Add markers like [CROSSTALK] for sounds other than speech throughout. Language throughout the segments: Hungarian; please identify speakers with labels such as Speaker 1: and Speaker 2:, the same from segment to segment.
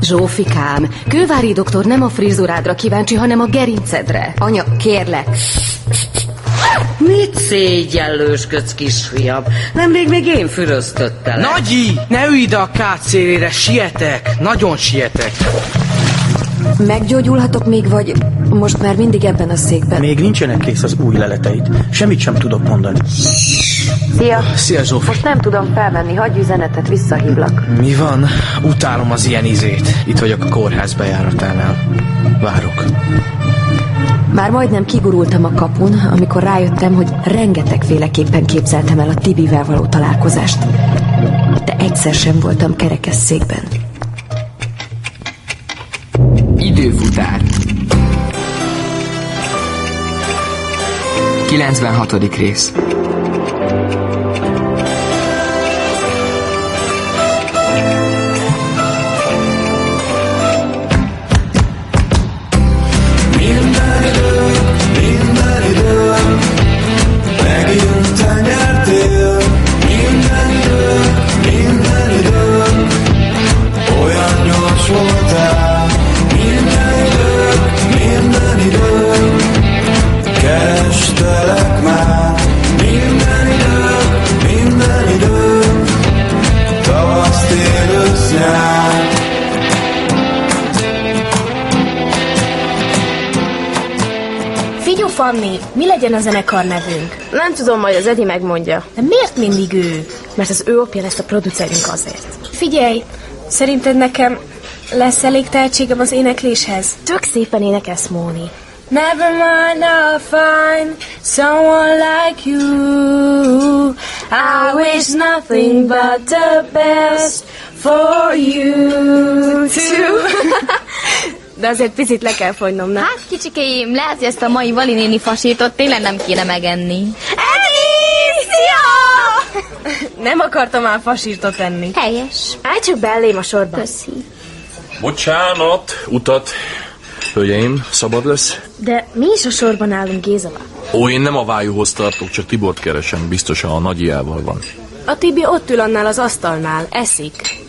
Speaker 1: Zsófikám, Kővári doktor nem a frizurádra kíváncsi, hanem a gerincedre.
Speaker 2: Anya, kérlek.
Speaker 3: Mit szégyellősködsz, kisfiam? Nemrég még én füröztöttelek.
Speaker 4: Nagyi, ne ülj ide a kád szélére, sietek, nagyon sietek.
Speaker 2: Meggyógyulhatok még, vagy most már mindig ebben a székben?
Speaker 5: Még nincsenek kész az új leleteid. Semmit sem tudok mondani.
Speaker 2: Szia!
Speaker 4: Szia Zsófi.
Speaker 2: Most nem tudom felvenni, hagyj üzenetet, visszahívlak.
Speaker 4: Mi van? Utálom az ilyen izét. Itt vagyok a kórház bejáratánál. Várok.
Speaker 2: Már majdnem kigurultam a kapun, amikor rájöttem, hogy rengetegféleképpen képzeltem el a Tibivel való találkozást. De egyszer sem voltam kerekesszékben.
Speaker 6: Időfutár 96. rész
Speaker 7: Figyú Fanni, mi legyen a zenekar nevünk?
Speaker 8: Nem tudom, majd az Edi megmondja.
Speaker 7: De miért mindig ő?
Speaker 8: Mert az ő apja lesz a producerünk azért.
Speaker 7: Figyelj, szerinted nekem lesz elég tehetségem az énekléshez?
Speaker 8: Tök szépen énekelsz, Móni.
Speaker 7: Never mind, I'll find someone like you. I wish nothing but the best for
Speaker 8: [LAUGHS]
Speaker 7: you too.
Speaker 8: De azért picit le kell fogynom, nem?
Speaker 9: Hát kicsikéim, lehet, hogy ezt a mai Vali néni fasítot tényleg nem kéne megenni.
Speaker 8: [LAUGHS] Nem akartam már fasírtot enni.
Speaker 9: Helyes.
Speaker 8: Állj csak be elém a sorba.
Speaker 9: Köszi.
Speaker 10: Bocsánat, utat. Hölgyeim, szabad lesz?
Speaker 8: De mi is a sorban állunk, Gézava?
Speaker 10: Ó, én nem a vájúhoz tartok, csak Tibort keresem, biztosan a nagyiával van.
Speaker 8: A Tibi ott ül annál az asztalnál, eszik.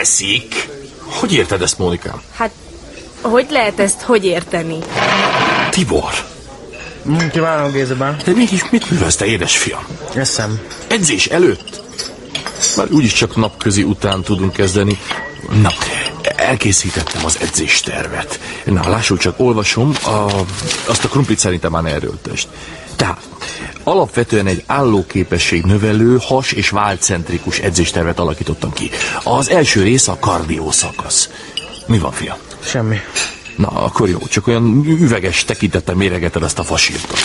Speaker 10: Eszik? Hogy érted ezt, Mónikám?
Speaker 8: Hát, hogy lehet ezt hogy érteni?
Speaker 10: Tibor,
Speaker 5: Kívánom, Gézeben.
Speaker 10: de mégis mit művelsz te, édesfiam?
Speaker 5: Eszem.
Speaker 10: Edzés előtt? Már úgyis csak napközi után tudunk kezdeni. Na, elkészítettem az edzéstervet. Na, lássuk csak, olvasom, a, azt a krumplit szerintem már ne erőltest. Tehát, alapvetően egy állóképesség növelő, has és válcentrikus edzéstervet alakítottam ki. Az első része a kardió szakasz. Mi van, fiam?
Speaker 5: Semmi.
Speaker 10: Na, akkor jó, csak olyan üveges tekintettel méregeted ezt a fasírtot.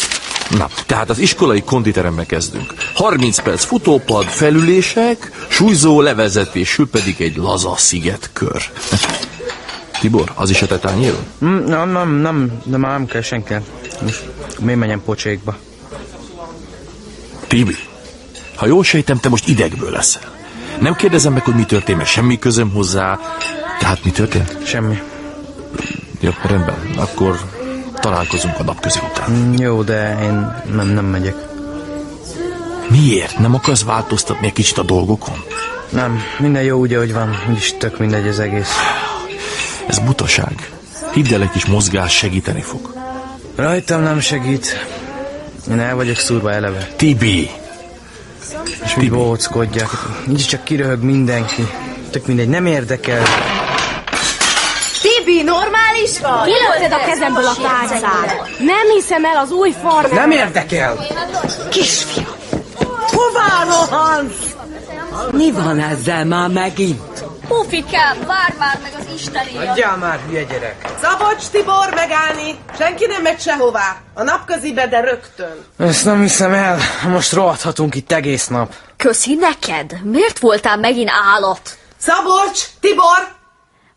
Speaker 10: Na, tehát az iskolai konditerembe kezdünk. 30 perc futópad, felülések, súlyzó levezetésül pedig egy laza szigetkör. Tibor, az is a te tányéron?
Speaker 5: Mm, nem, nem, nem, de már nem kell senkinek. Most mi menjen pocsékba?
Speaker 10: Tibi, ha jól sejtem, te most idegből leszel. Nem kérdezem meg, hogy mi történt, mert semmi közöm hozzá. Tehát mi történt?
Speaker 5: Semmi.
Speaker 10: Jó, rendben. Akkor találkozunk a napközi után.
Speaker 5: Mm, Jó, de én nem, nem megyek.
Speaker 10: Miért? Nem akarsz változtatni egy kicsit a dolgokon?
Speaker 5: Nem, minden jó úgy, ahogy van. Úgyis tök mindegy az egész.
Speaker 10: Ez butaság. Hidd el, egy kis mozgás segíteni fog.
Speaker 5: Rajtam nem segít. Én el vagyok szúrva eleve.
Speaker 10: Tibi!
Speaker 5: És úgy bóckodjak. Így csak kiröhög mindenki. Tök mindegy, nem érdekel.
Speaker 8: Tibi, normális vagy?
Speaker 1: Kilőtted a kezemből a tárcát.
Speaker 8: Nem hiszem el az új farmer.
Speaker 4: Nem érdekel!
Speaker 3: Hová rohansz? Mi van ezzel már megint?
Speaker 9: Pufikám, várj már meg az Istenért.
Speaker 4: Adjál már, hülye gyerek!
Speaker 11: Szabolcs Tibor megállni! Senki nem megy sehová. A napközibe, de rögtön.
Speaker 5: Ezt nem hiszem el. Most rohadhatunk itt egész nap.
Speaker 9: Köszi neked. Miért voltál megint állat?
Speaker 11: Szabolcs Tibor!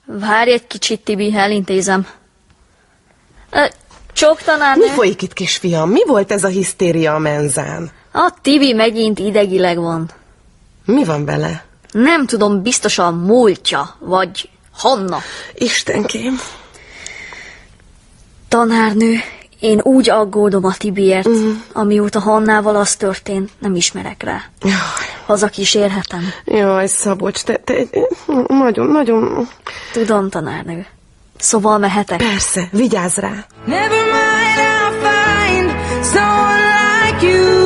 Speaker 9: Várj egy kicsit, Tibi, elintézem. Ö, Csók
Speaker 11: Mi
Speaker 9: tanárnő,
Speaker 11: folyik itt, kisfiam? Mi volt ez a hisztéria a menzán?
Speaker 9: a Tibi megint idegileg van.
Speaker 11: Mi van vele?
Speaker 9: Nem tudom, biztosan múltja, vagy Hanna.
Speaker 11: Istenkém.
Speaker 9: Tanárnő, én úgy
Speaker 11: Mm.
Speaker 9: aggódom a Tibiért, amióta Hannával az történt, nem ismerek rá.
Speaker 12: hazakísérhetem.
Speaker 13: Jaj, Szabolcs, te, te nagyon, nagyon...
Speaker 12: Tudom, tanárnő. Szóval mehetek?
Speaker 13: Persze, vigyázz rá.
Speaker 14: Never mind, I'll find someone like you.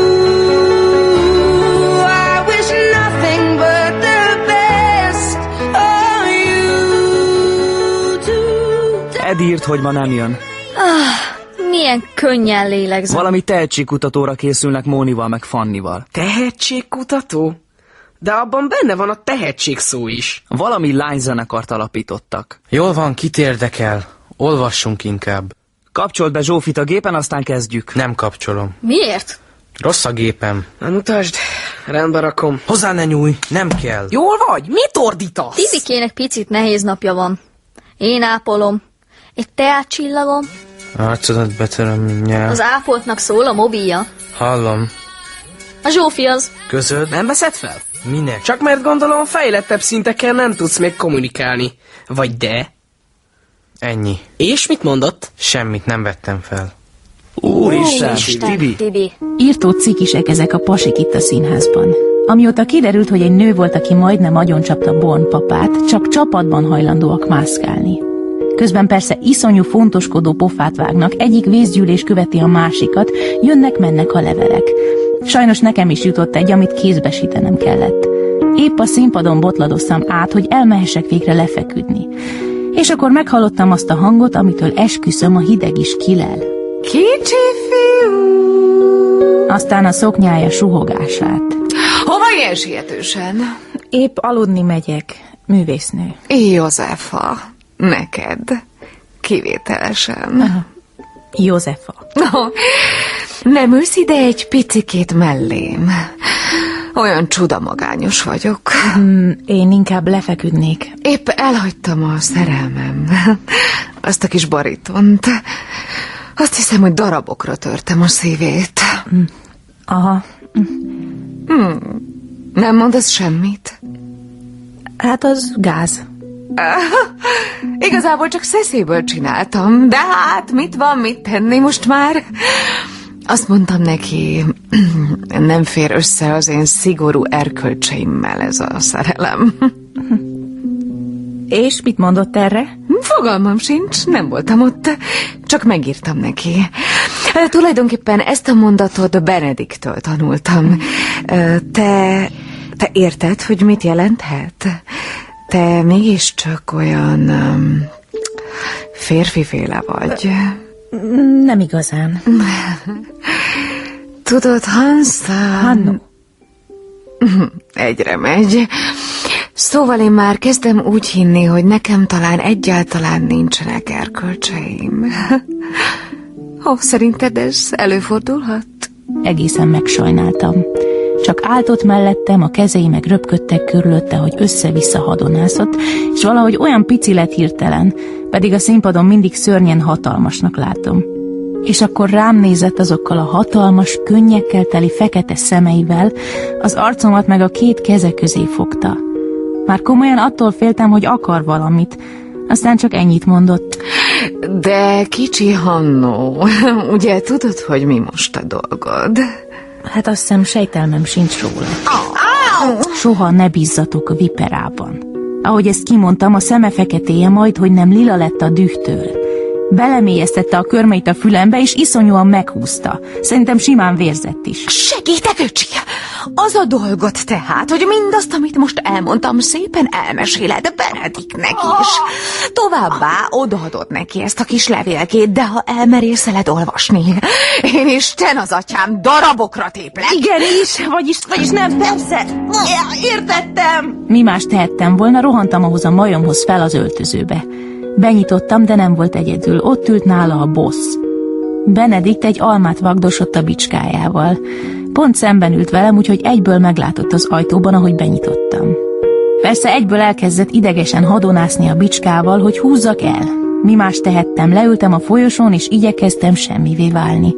Speaker 14: I wish nothing but the best of you too.
Speaker 15: Ed írt, hogy ma nem jön.
Speaker 9: Ah, milyen könnyen lélegzem.
Speaker 15: Valami tehetségkutatóra készülnek Mónival meg Fannival.
Speaker 3: Tehetségkutató? De abban benne van a tehetség szó is.
Speaker 15: Valami lányzenekart alapítottak.
Speaker 5: Jól van, kit érdekel? Olvassunk inkább.
Speaker 15: Kapcsold be Zsófit a gépen, aztán kezdjük.
Speaker 5: Nem kapcsolom.
Speaker 9: Miért?
Speaker 5: Rossz a gépem.
Speaker 3: Na mutasd, rendbe rakom.
Speaker 5: Hozzá ne nyúj, nem kell.
Speaker 3: Jól vagy? Mit ordítasz?
Speaker 9: Tibikének picit nehéz napja van. Én ápolom. Egy teát csillagom.
Speaker 5: Arcodat Hát, betöröm mindjárt.
Speaker 9: Az ápoltnak szól a mobilja.
Speaker 5: Hallom.
Speaker 9: A Zsófi az.
Speaker 5: Közöd?
Speaker 3: Nem veszed fel?
Speaker 5: Minek?
Speaker 3: Csak mert gondolom fejlettebb szinteken nem tudsz még kommunikálni. Vagy de?
Speaker 5: Ennyi.
Speaker 3: És mit mondott?
Speaker 5: Semmit nem vettem fel.
Speaker 15: Úristen, Úristen Tibi.
Speaker 12: Tibi.
Speaker 16: Írtó cikisek ezek a pasik itt a színházban. Amióta kiderült, hogy egy nő volt, aki majdnem agyoncsapta Born papát, csak csapatban hajlandóak mászkálni. Közben persze iszonyú fontoskodó pofát vágnak, egyik vészgyűlés követi a másikat, jönnek-mennek a levelek. Sajnos nekem is jutott egy, amit kézbesítenem kellett. Épp a színpadon botladoztam át, hogy elmehessek végre lefeküdni. És akkor meghallottam azt a hangot, amitől esküszöm a hideg is kilel.
Speaker 14: Kicsi fiú.
Speaker 16: Aztán a szoknyája suhogását.
Speaker 14: Hova ilyen sietősen?
Speaker 16: Épp aludni megyek, művésznő.
Speaker 14: Józefa, neked. Kivételesen.
Speaker 16: Józefa.
Speaker 14: No, nem ülsz ide egy picikét mellém. Olyan csudamagányos vagyok.
Speaker 16: Mm, én inkább lefeküdnék.
Speaker 14: Épp elhagytam a szerelmem. Azt a kis baritont. Azt hiszem, hogy darabokra törtem a szívét.
Speaker 16: Mm. Aha.
Speaker 14: Hmm. Nem mondasz semmit?
Speaker 16: Hát az gáz.
Speaker 14: Ah, [LAUGHS] Igazából csak szeszéből csináltam, de hát mit van, mit tenni most már? Azt mondtam neki, [CLEARS THROAT] nem fér össze az én szigorú erkölcseimmel ez a szerelem.
Speaker 16: [LAUGHS] És mit mondott erre?
Speaker 14: Fogalmam sincs, nem voltam ott, csak megírtam neki. E, Tulajdonképpen ezt a mondatot Benediktől tanultam. E, Te, te érted, hogy mit jelenthet? Te mégiscsak olyan um, férfiféle vagy.
Speaker 16: Nem igazán.
Speaker 14: Tudod, Hansa...
Speaker 16: Hanno.
Speaker 14: [LAUGHS] Egyre megy. Szóval én már kezdem úgy hinni, hogy nekem talán egyáltalán nincsenek erkölcseim. [LAUGHS] Ó, szerinted ez előfordulhat?
Speaker 16: Egészen megsajnáltam. Csak áltott mellettem, a kezei meg röpködtek körülötte, hogy össze-vissza hadonászott, és valahogy olyan pici lett hirtelen, pedig a színpadon mindig szörnyen hatalmasnak látom. És akkor rám nézett azokkal a hatalmas, könnyekkel teli fekete szemeivel, az arcomat meg a két keze közé fogta. Már komolyan attól féltem, hogy akar valamit, aztán csak ennyit mondott.
Speaker 14: De kicsi Hannó, [LAUGHS] ugye tudod, hogy mi most a dolgod?
Speaker 16: Hát azt hiszem sejtelmem sincs róla. Soha ne bízzatok a viperában. Ahogy ezt kimondtam, a szeme feketéje majd, hogy nem lila lett a dühtől. Belemélyeztette a körmeit a fülembe, és iszonyúan meghúzta. Szerintem simán vérzett is.
Speaker 12: Segítek, öcsi! Az a dolgot tehát, hogy mindazt, amit most elmondtam, szépen elmeséled Benediknek is. Továbbá odaadod neki ezt a kis levélkét, de ha elmerészeled olvasni, én Isten az atyám darabokra téplek.
Speaker 8: Igen is, vagyis, vagyis nem, persze. Értettem.
Speaker 16: Mi más tehettem volna, rohantam ahhoz a majomhoz fel az öltözőbe. Benyitottam, de nem volt egyedül. Ott ült nála a boss. Benedikt egy almát vagdosott a bicskájával. Pont szemben ült velem, úgyhogy egyből meglátott az ajtóban, ahogy benyitottam. Persze egyből elkezdett idegesen hadonászni a bicskával, hogy húzzak el. Mi más tehettem, leültem a folyosón, és igyekeztem semmivé válni.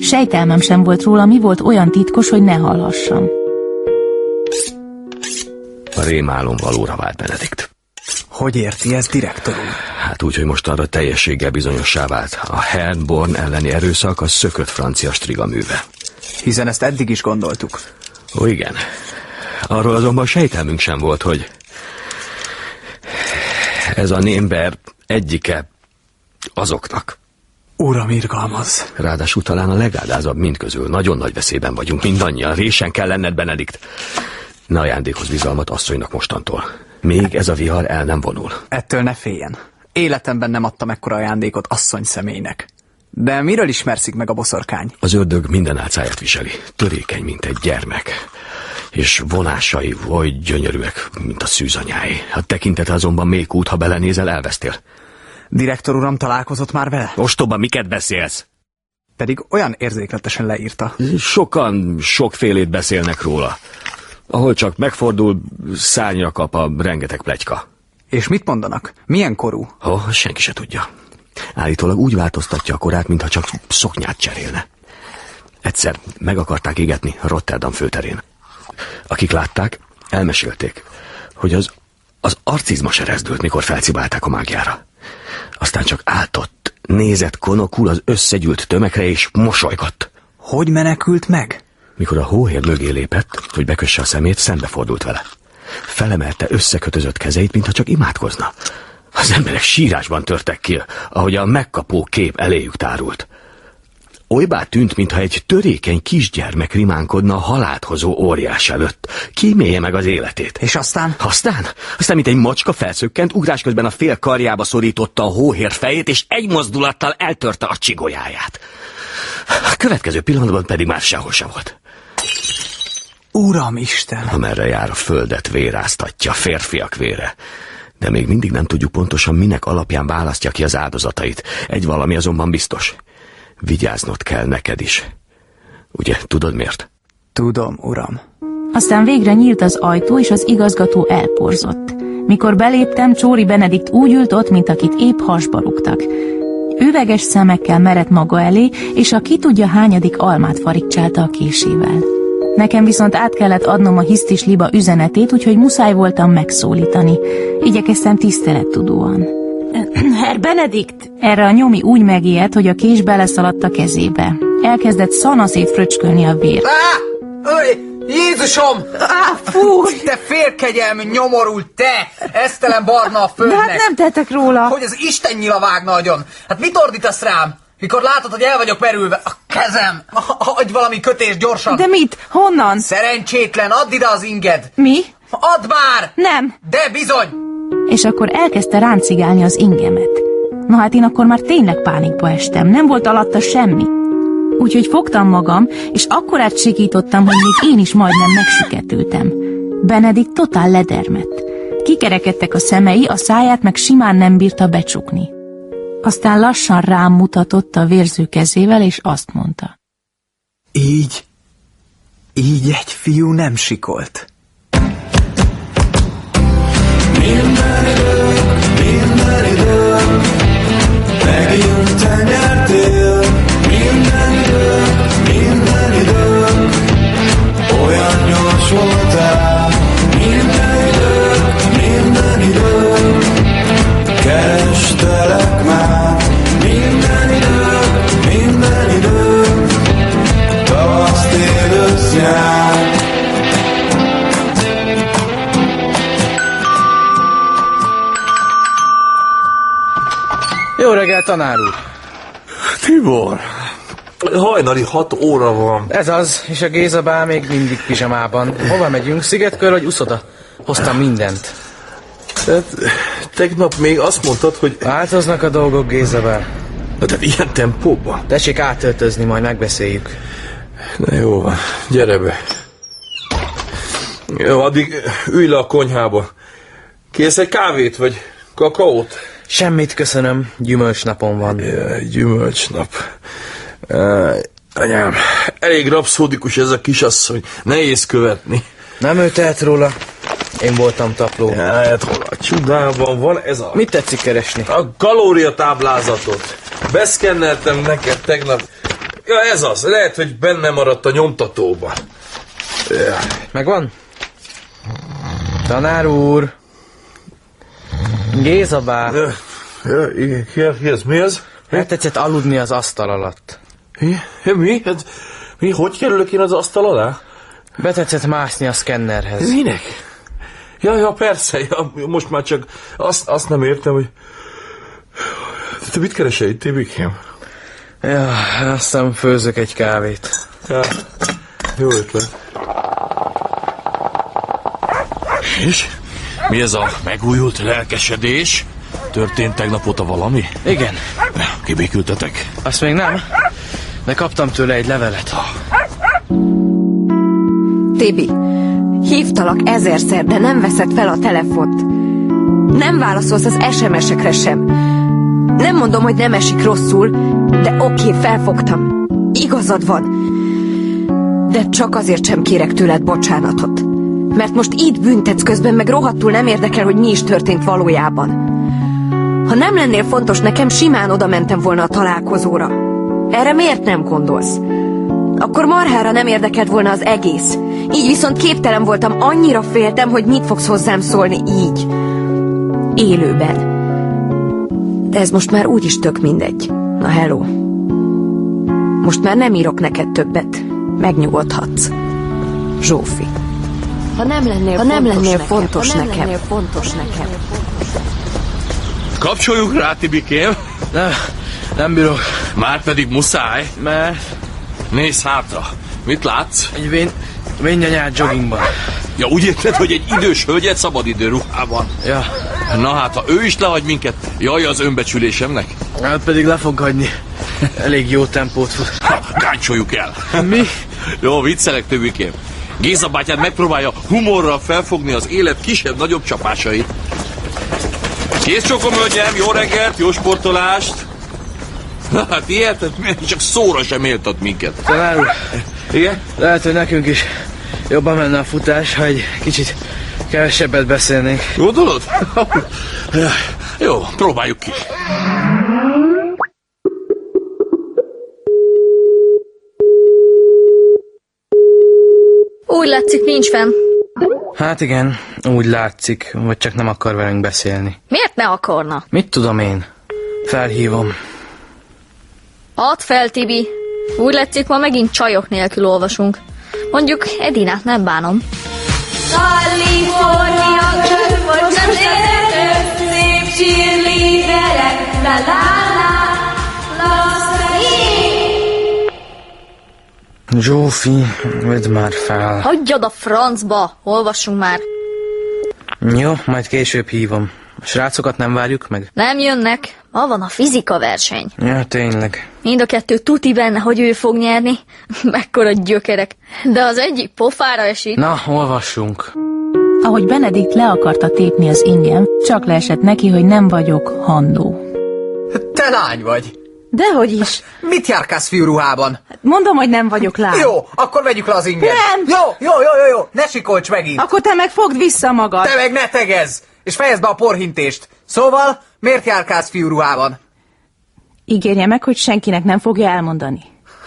Speaker 16: Sejtelmem sem volt róla, mi volt olyan titkos, hogy ne hallhassam.
Speaker 17: A rémálom valóra vált Benedikt.
Speaker 4: Hogy érti ez, direktor úr?
Speaker 17: Hát úgy, hogy mostanra teljességgel bizonyossá vált. A Hernborn elleni erőszak a szökött francia striga műve.
Speaker 4: Hiszen ezt eddig is gondoltuk.
Speaker 17: Ó, igen. Arról azonban sejtelmünk sem volt, hogy ez a némber egyike azoknak.
Speaker 15: Uram, irgalmaz.
Speaker 17: Ráadásul talán a legáldázabb mindközül. Nagyon nagy veszélyben vagyunk mindannyian. Résen kell lenned, Benedikt. Ne ajándékoz bizalmat asszonynak mostantól. Még ez a vihar el nem vonul.
Speaker 15: Ettől ne féljen. Életemben nem adtam ekkora ajándékot asszony személynek. De miről ismerszik meg a boszorkány?
Speaker 17: Az ördög minden álcáját viseli. Törékeny, mint egy gyermek. És vonásai oly gyönyörűek, mint a szűzanyái. A tekintete azonban mély út, ha belenézel, elvesztél.
Speaker 15: Direktor uram találkozott már vele?
Speaker 17: Ostoba, miket beszélsz?
Speaker 15: Pedig olyan érzékletesen leírta.
Speaker 17: Sokan sokfélét beszélnek róla. Ahol csak megfordul, szányra kap a rengeteg plegyka.
Speaker 15: És mit mondanak? Milyen korú?
Speaker 17: Oh, senki se tudja. Állítólag úgy változtatja a korát, mintha csak szoknyát cserélne. Egyszer meg akarták égetni Rotterdam főterén. Akik látták, elmesélték, hogy az, az arcizma se rezdült, mikor felcibálták a mágiára. Aztán csak áltott, nézett konokul az összegyűlt tömegre, és mosolygott.
Speaker 15: Hogy menekült meg?
Speaker 17: Mikor a hóhér mögé lépett, hogy bekösse a szemét, szembefordult vele. Felemelte összekötözött kezeit, mintha csak imádkozna. Az emberek sírásban törtek ki, ahogy a megkapó kép eléjük tárult. Olybá tűnt, mintha egy törékeny kisgyermek rimánkodna a haláthozó óriás előtt. Kímélje meg az életét.
Speaker 15: És aztán?
Speaker 17: Aztán? Aztán, mint egy macska felszökkent, ugrás közben a fél karjába szorította a hóhér fejét, és egy mozdulattal eltörte a csigolyáját. A következő pillanatban pedig már sehol sem volt.
Speaker 15: Uram Isten!
Speaker 17: Amerre jár a földet véráztatja, férfiak vére de még mindig nem tudjuk pontosan, minek alapján választja ki az áldozatait. Egy valami azonban biztos. Vigyáznod kell neked is. Ugye, tudod miért?
Speaker 15: Tudom, uram.
Speaker 16: Aztán végre nyílt az ajtó, és az igazgató elporzott. Mikor beléptem, Csóri Benedikt úgy ült ott, mint akit épp hasba rúgtak. Üveges szemekkel merett maga elé, és a ki tudja hányadik almát farigcsálta a késével. Nekem viszont át kellett adnom a hisztis liba üzenetét, úgyhogy muszáj voltam megszólítani. Igyekeztem tisztelettudóan. [LAUGHS]
Speaker 18: Herr Benedikt!
Speaker 16: Erre a nyomi úgy megijedt, hogy a kés beleszaladt a kezébe. Elkezdett szanaszét fröcskölni a vér.
Speaker 19: Ah! Öj! Jézusom!
Speaker 18: Á, fúj!
Speaker 19: Te férkegyelmű nyomorult, te! Esztelen barna a földnek!
Speaker 18: De hát nem tettek róla!
Speaker 19: Hogy az Isten nyila vágna agyon! Hát mit ordítasz rám? Mikor látod, hogy el vagyok merülve, a kezem, adj valami kötés gyorsan.
Speaker 18: De mit? Honnan?
Speaker 19: Szerencsétlen, add ide az inged.
Speaker 18: Mi?
Speaker 19: Add már!
Speaker 18: Nem.
Speaker 19: De bizony!
Speaker 16: És akkor elkezdte ráncigálni az ingemet. Na hát én akkor már tényleg pánikba estem, nem volt alatta semmi. Úgyhogy fogtam magam, és akkorát sikítottam, hogy még én is majdnem megsüketültem. Benedikt totál ledermett. Kikerekedtek a szemei, a száját meg simán nem bírta becsukni aztán lassan rám mutatott a vérző kezével, és azt mondta.
Speaker 15: Így, így egy fiú nem sikolt.
Speaker 20: Minden idő, minden idő, megint te nyertél. Minden idő, minden idő, olyan gyors voltál. Minden idő, minden idő, kerestelek már. Minden idő, minden idő, tavasz, tél, ősz, nyár.
Speaker 5: Jó reggel, tanár úr!
Speaker 10: Tibor, hajnali hat óra van.
Speaker 5: Ez az, és a Géza bá még mindig pizsamában. Hova megyünk? Szigetkör vagy uszoda? Hoztam mindent.
Speaker 10: Tehát Hát, tegnap még azt mondtad, hogy...
Speaker 5: Változnak a dolgok, Géza bá.
Speaker 10: Na, tehát ilyen tempóban?
Speaker 5: Tessék átöltözni, majd megbeszéljük.
Speaker 10: Na jó van, gyere be. Jó, addig ülj le a konyhába. Kész egy kávét, vagy kakaót?
Speaker 5: Semmit köszönöm, gyümölcs napon van.
Speaker 10: Jaj, gyümölcsnap. Uh, anyám, elég rapszódikus ez a kisasszony, nehéz követni.
Speaker 5: Nem ő tehet róla, én voltam tapló.
Speaker 10: Jaj, hát hol a csudában van ez a...
Speaker 5: Mit tetszik keresni?
Speaker 10: A kalóriatáblázatot. Beszkenneltem neked tegnap. Ja, ez az, lehet, hogy benne maradt a nyomtatóban. Ja.
Speaker 5: Megvan? Tanár úr! Géza bá!
Speaker 10: Ja, ja, igen, ki, ki ez, mi ez?
Speaker 5: Nem tetszett aludni az Hát asztal alatt.
Speaker 10: Mi? mi? Hát, mi? Hogy kerülök én az asztal alá?
Speaker 5: Betetszett mászni a szkennerhez.
Speaker 10: Minek? Ja, ja, persze, ja, most már csak azt, azt nem értem, hogy... Te mit keresel itt, Tibikém?
Speaker 5: Ja, aztán főzök egy kávét.
Speaker 10: Ja, jó ötlet. És? Mi ez a megújult lelkesedés? Történt tegnap óta valami?
Speaker 5: Igen.
Speaker 10: Kibékültetek?
Speaker 5: Azt még nem, de kaptam tőle egy levelet.
Speaker 2: Tibi, hívtalak ezerszer, de nem veszed fel a telefont. Nem válaszolsz az SMS-ekre sem. Nem mondom, hogy nem esik rosszul, de oké, felfogtam. Igazad van. De csak azért sem kérek tőled bocsánatot. Mert most itt büntetsz közben, meg rohadtul nem érdekel, hogy mi is történt valójában. Ha nem lennél fontos nekem, simán oda mentem volna a találkozóra. Erre miért nem gondolsz? Akkor marhára nem érdekelt volna az egész. Így viszont képtelen voltam, annyira féltem, hogy mit fogsz hozzám szólni így. Élőben. De ez most már úgyis tök mindegy. Na hello. Most már nem írok neked többet. Megnyugodhatsz. Zsófi. Ha nem lennél, ha nem lennél fontos nekem. Ha nem lennél fontos nekem.
Speaker 10: Kapcsoljuk rá, Tibikém!
Speaker 5: Nem, nem bírok.
Speaker 10: Már pedig muszáj.
Speaker 5: Mert?
Speaker 10: Nézz hátra. Mit látsz?
Speaker 5: Egy vén, vénnyanyát joggingban.
Speaker 10: Ja, úgy érted, hogy egy idős hölgyet szabadidő ruhában.
Speaker 5: Ja,
Speaker 10: Na hát, ha ő is lehagy minket, jaj az önbecsülésemnek.
Speaker 5: hát pedig le fog hagyni. Elég jó tempót fut.
Speaker 10: Ha, gáncsoljuk el.
Speaker 5: Mi?
Speaker 10: [LAUGHS] Jó, viccelek, Tibikém. Géza bátyád megpróbálja humorral felfogni az élet kisebb-nagyobb csapásait. Kész csokom, hölgyem, jó reggelt, jó sportolást! [LAUGHS] Na hát ilyet, csak szóra sem éltat minket.
Speaker 5: Tanár úr,
Speaker 10: Igen?
Speaker 5: lehet, hogy nekünk is jobban menne a futás, ha egy kicsit kevesebbet beszélnénk.
Speaker 10: Gondolod? Ja, Jó, próbáljuk ki.
Speaker 9: Úgy látszik, nincs fenn.
Speaker 5: Hát igen, úgy látszik, vagy csak nem akar velünk beszélni.
Speaker 9: Miért ne akarna?
Speaker 5: Mit tudom én? Felhívom.
Speaker 9: Add fel, Tibi. Úgy látszik, ma megint csajok nélkül olvasunk. Mondjuk Edinát nem bánom.
Speaker 7: Kalifornia csönd, vagy nem érted, szép cheerleaderek, la la la, Las Vegas.
Speaker 5: Zsófi, vedd már fel.
Speaker 9: Hagyjad a francba, olvassunk már.
Speaker 5: Jó, majd később hívom. A srácokat nem várjuk meg?
Speaker 9: Nem jönnek, ma van a fizika verseny.
Speaker 5: Ja, tényleg.
Speaker 9: Mind a kettő tuti benne, hogy ő fog nyerni. [LAUGHS] Mekkora gyökerek. De az egyik pofára esik.
Speaker 5: Na, olvassunk.
Speaker 16: Ahogy Benedikt le akarta tépni az ingem, csak leesett neki, hogy nem vagyok handó.
Speaker 18: Te lány vagy.
Speaker 21: Dehogy is.
Speaker 18: Mit járkálsz fiúruhában?
Speaker 16: Hát
Speaker 21: Mondom, hogy nem vagyok lány.
Speaker 18: Jó, akkor vegyük le az inget.
Speaker 21: Nem.
Speaker 18: Jó, jó, jó, jó, jó. ne sikolts megint.
Speaker 21: Akkor te meg fogd vissza magad.
Speaker 18: Te meg ne tegezz, és fejezd be a porhintést. Szóval, miért járkálsz fiúruhában?
Speaker 16: Ígérje meg, hogy senkinek nem fogja elmondani.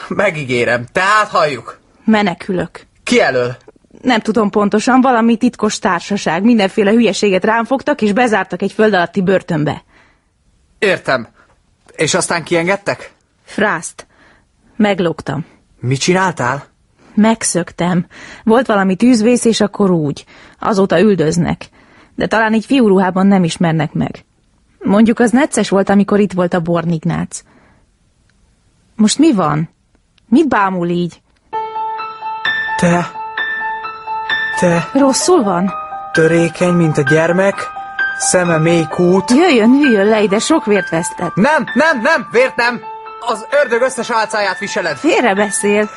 Speaker 18: Megígérem, tehát halljuk.
Speaker 16: Menekülök.
Speaker 18: Ki elől?
Speaker 16: Nem tudom pontosan, valami titkos társaság. Mindenféle hülyeséget rám fogtak, és bezártak egy föld alatti börtönbe.
Speaker 18: Értem. És aztán kiengedtek?
Speaker 16: Frászt. Meglógtam.
Speaker 18: Mit csináltál?
Speaker 16: Megszöktem. Volt valami tűzvész, és akkor úgy. Azóta üldöznek. De talán egy fiúruhában nem ismernek meg. Mondjuk az necces volt, amikor itt volt a Bornignác. Most mi van? Mit bámul így?
Speaker 18: Te... Te
Speaker 16: Rosszul van?
Speaker 18: törékeny, mint a gyermek, szeme mély kút.
Speaker 16: Jöjjön, hűljön le ide, sok vért vesztett.
Speaker 18: Nem, nem, nem, vért nem! Az ördög összes álcáját viseled.
Speaker 16: Félre beszél.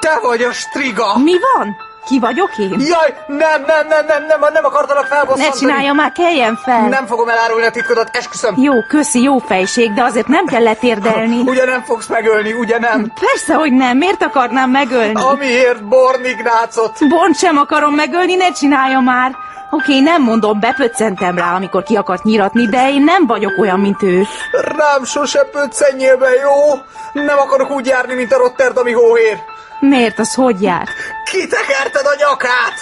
Speaker 18: Te vagy a striga!
Speaker 16: Mi van? Ki vagyok én?
Speaker 18: Jaj, nem, nem, nem, nem, nem, nem akartalak
Speaker 16: Ne
Speaker 18: felbosszantani.
Speaker 16: csinálja már, keljen fel!
Speaker 18: Nem fogom elárulni a titkodat, esküszöm.
Speaker 16: Jó, köszi, jó fejség, de azért nem kell letérdelni.
Speaker 18: [LAUGHS] Ugye nem fogsz megölni, ugye nem?
Speaker 16: Persze, hogy nem, miért akarnám megölni?
Speaker 18: Amiért Bornignácot?
Speaker 16: Bont sem akarom megölni, ne csinálja már! Oké, nem mondom, bepöccentem rá, amikor ki akart nyiratni, de én nem vagyok olyan, mint ő.
Speaker 18: Rám sose pöccenjél be, jó? Nem akarok úgy járni, mint a Rotterdami hóhér.
Speaker 16: Miért, az hogy jár?
Speaker 18: Kitekerted a nyakát!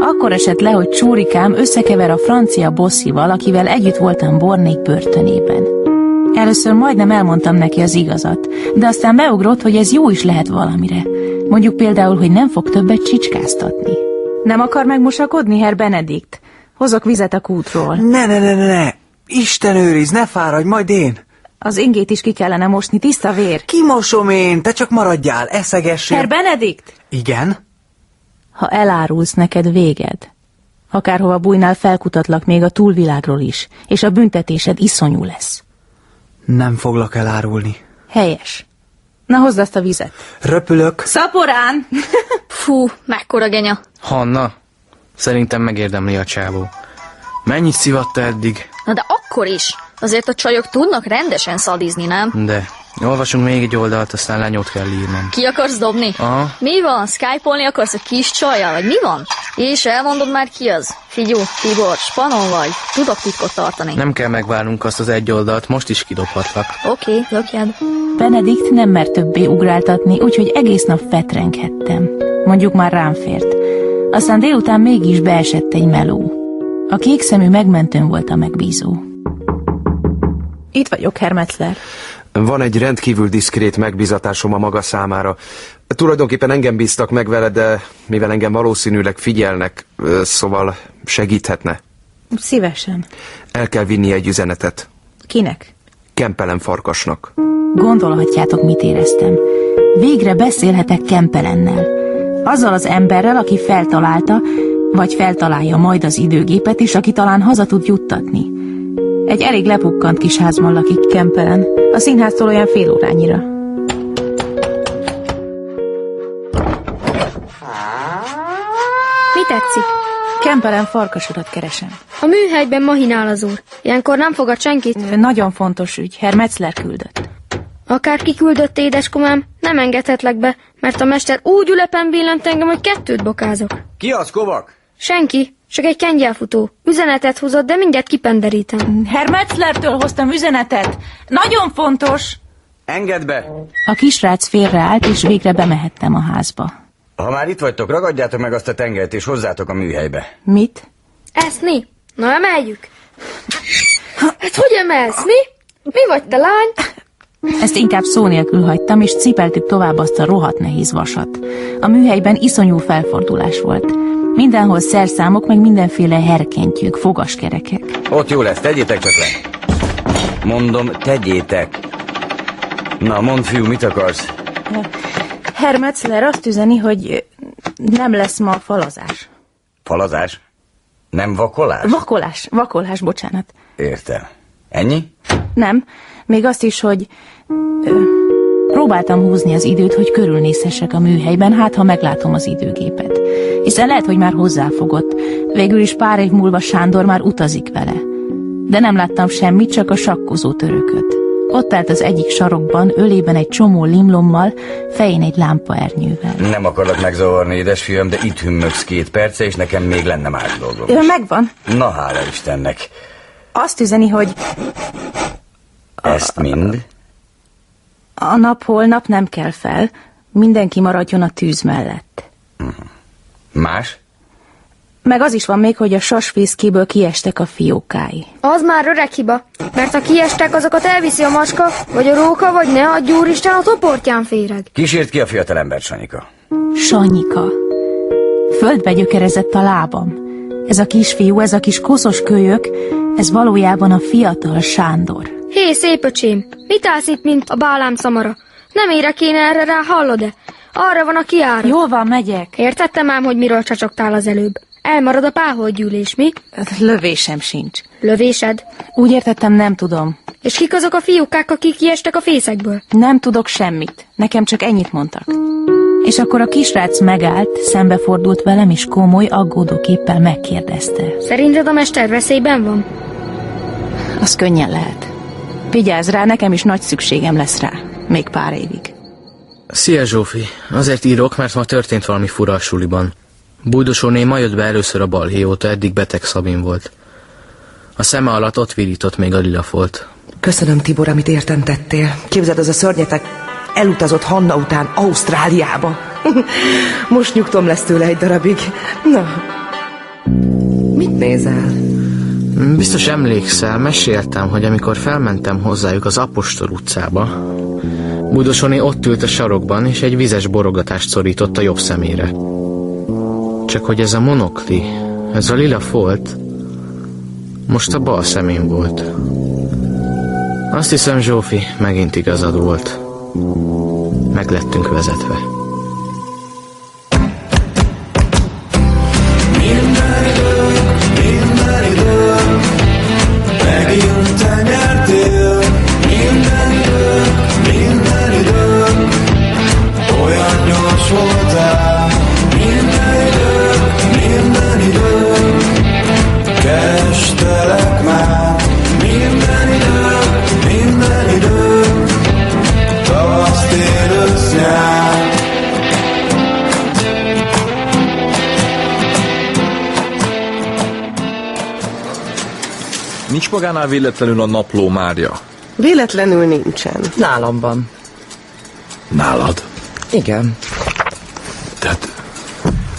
Speaker 16: Akkor esett le, hogy csórikám összekever a francia bosszival, akivel együtt voltam Bornék börtönében. Először majdnem elmondtam neki az igazat, de aztán beugrott, hogy ez jó is lehet valamire. Mondjuk például, hogy nem fog többet csicskáztatni. Nem akar megmosakodni, Herr Benedikt? Hozok vizet a kútról.
Speaker 15: Ne, ne, ne, ne, ne! Isten őriz, ne fáradj, majd én!
Speaker 16: Az ingét is ki kellene mosni, tiszta vér.
Speaker 15: Kimosom én, te csak maradjál, eszegessél.
Speaker 16: Herr Benedikt!
Speaker 15: Igen?
Speaker 16: Ha elárulsz, neked véged. Akárhova bújnál, felkutatlak még a túlvilágról is, és a büntetésed iszonyú lesz.
Speaker 15: Nem foglak elárulni.
Speaker 16: Helyes. Na hozd azt a vizet.
Speaker 15: Röpülök.
Speaker 16: Szaporán! Fú, mekkora genya.
Speaker 5: Hanna, szerintem megérdemli a csávó. Mennyit szivatta eddig?
Speaker 9: Na de akkor is. Azért a csajok tudnak rendesen szadizni, nem?
Speaker 5: De, olvasunk még egy oldalt, aztán lenyót kell írnom.
Speaker 9: Ki akarsz dobni?
Speaker 5: Aha.
Speaker 9: Mi van? Skype-olni akarsz a kis csajjal, vagy mi van? És elmondod már ki az? Figyú, Tibor, spanon vagy. Tudok titkot tartani.
Speaker 5: Nem kell megvárnunk azt az egy oldalt, most is kidobhatlak.
Speaker 9: Oké, okay, lökjed.
Speaker 16: Benedikt nem mert többé ugráltatni, úgyhogy egész nap fetrenghettem. Mondjuk már rám fért. Aztán délután mégis beesett egy meló. A kékszemű megmentőn volt a megbízó. Itt vagyok, Hermetler.
Speaker 22: Van egy rendkívül diszkrét megbizatásom a maga számára. Tulajdonképpen engem bíztak meg vele, de mivel engem valószínűleg figyelnek, ö, szóval segíthetne.
Speaker 16: Szívesen.
Speaker 22: El kell vinni egy üzenetet.
Speaker 16: Kinek?
Speaker 22: Kempelen farkasnak.
Speaker 16: Gondolhatjátok, mit éreztem. Végre beszélhetek Kempelennel. Azzal az emberrel, aki feltalálta, vagy feltalálja majd az időgépet is, aki talán haza tud juttatni. Egy elég lepukkant kis házban lakik Kempelen. A színháztól olyan fél órányira.
Speaker 23: Mi tetszik?
Speaker 16: Kempelen farkasurat keresem.
Speaker 23: A műhelyben mahinál az úr. Ilyenkor nem fogad senkit.
Speaker 16: Nagyon fontos ügy. Herr Metzler küldött.
Speaker 23: Akár kiküldött édeskomám, nem engedhetlek be, mert a mester úgy ülepen billant engem, hogy kettőt bokázok.
Speaker 24: Ki az, Kovak?
Speaker 23: Senki, csak egy kengyelfutó. Üzenetet hozott, de mindjárt kipenderítem.
Speaker 16: Herr Metzlertől hoztam üzenetet. Nagyon fontos.
Speaker 24: Engedd be!
Speaker 16: A kisrác félreállt, és végre bemehettem a házba.
Speaker 24: Ha már itt vagytok, ragadjátok meg azt a tengert, és hozzátok a műhelybe.
Speaker 16: Mit?
Speaker 23: Eszni? Na emeljük. Hát hogy emelsz, mi? Mi vagy, te lány?
Speaker 16: Ezt inkább szó nélkül hagytam, és cipeltük tovább azt a rohadt nehéz vasat. A műhelyben iszonyú felfordulás volt. Mindenhol szerszámok, meg mindenféle herkentjük, fogaskerekek.
Speaker 24: Ott jó lesz, tegyétek csak le. Mondom, tegyétek. Na, mondd fiú, mit akarsz?
Speaker 16: Herr Metzler azt üzeni, hogy nem lesz ma falazás.
Speaker 24: Falazás? Nem vakolás?
Speaker 16: Vakolás, vakolás, bocsánat.
Speaker 24: Értem. Ennyi?
Speaker 16: Nem, még azt is, hogy... Ö, próbáltam húzni az időt, hogy körülnézhessek a műhelyben, hát ha meglátom az időgépet. Hiszen lehet, hogy már hozzáfogott. Végül is pár év múlva Sándor már utazik vele. De nem láttam semmit, csak a sakkozó törököt. Ott állt az egyik sarokban, ölében egy csomó limlommal, fején egy lámpaernyővel.
Speaker 24: Nem akarlak megzavarni, édesfiam, de itt hümmögsz két perce, és nekem még lenne más dolgom.
Speaker 16: Ő megvan.
Speaker 24: Na, hála Istennek.
Speaker 16: Azt üzeni, hogy
Speaker 24: Ezt mind?
Speaker 16: a nap holnap nem kell fel, mindenki maradjon a tűz mellett.
Speaker 24: Más?
Speaker 16: Meg az is van még, hogy a sasfészkéből kiestek a fiókái.
Speaker 23: Az már öreg hiba, mert ha kiestek, azokat elviszi a maska, vagy a róka, vagy ne adj úristen a toportján féreg.
Speaker 24: Kísért ki a fiatalembert, Sanyika.
Speaker 16: Sanyika. Földbe gyökerezett a lábam. Ez a kisfiú, ez a kis koszos kölyök, ez valójában a fiatal Sándor.
Speaker 23: Hé, szép öcsém, mit állsz itt, mint a bálám szamara? Nem érek én erre rá, hallod-e? Arra van a kiára.
Speaker 16: Jól van, megyek.
Speaker 23: Értettem ám, hogy miről csacsogtál az előbb. Elmarad a páholygyűlés, mi?
Speaker 16: Hát, Lövésem sincs.
Speaker 23: Lövésed?
Speaker 16: Úgy értettem, nem tudom.
Speaker 23: És kik azok a fiúkák, akik kiestek a fészekből?
Speaker 16: Nem tudok semmit. Nekem csak ennyit mondtak. És akkor a kisrác megállt, szembefordult velem, és komoly, aggódóképpel megkérdezte.
Speaker 23: Szerinted a mester veszélyben van?
Speaker 16: Az könnyen lehet. Vigyázz rá, nekem is nagy szükségem lesz rá. Még pár évig.
Speaker 5: Szia Zsófi, azért írok, mert ma történt valami fura a suliban. Bújdosó néma jött be először a balhé óta, eddig beteg Szabin volt. A szeme alatt ott virított még a lilafolt.
Speaker 25: Köszönöm, Tibor, amit értem tettél. Képzeld, az a szörnyetek elutazott Hanna után Ausztráliába. [LAUGHS] Most nyugtom lesz tőle egy darabig. Na, mit nézel?
Speaker 5: Biztos emlékszel, meséltem, hogy amikor felmentem hozzájuk az Apostol utcába, Budosoné ott ült a sarokban, és egy vizes borogatást szorított a jobb szemére. Csak hogy ez a monokli, ez a lila folt, most a bal szemén volt. Azt hiszem, Zsófi, megint igazad volt. Meg lettünk vezetve.
Speaker 20: Minden idő, megint te nyertél. Minden idő, minden idő, olyan gyors voltál. Minden idő, minden idő, kerestelek már. Minden idő, minden idő, tavasz, tél, ősz, nyár.
Speaker 10: Nincs magánál véletlenül a napló Mária.
Speaker 13: Véletlenül nincsen.
Speaker 1: Nálam van.
Speaker 10: Nálad?
Speaker 1: Igen.
Speaker 10: Tehát,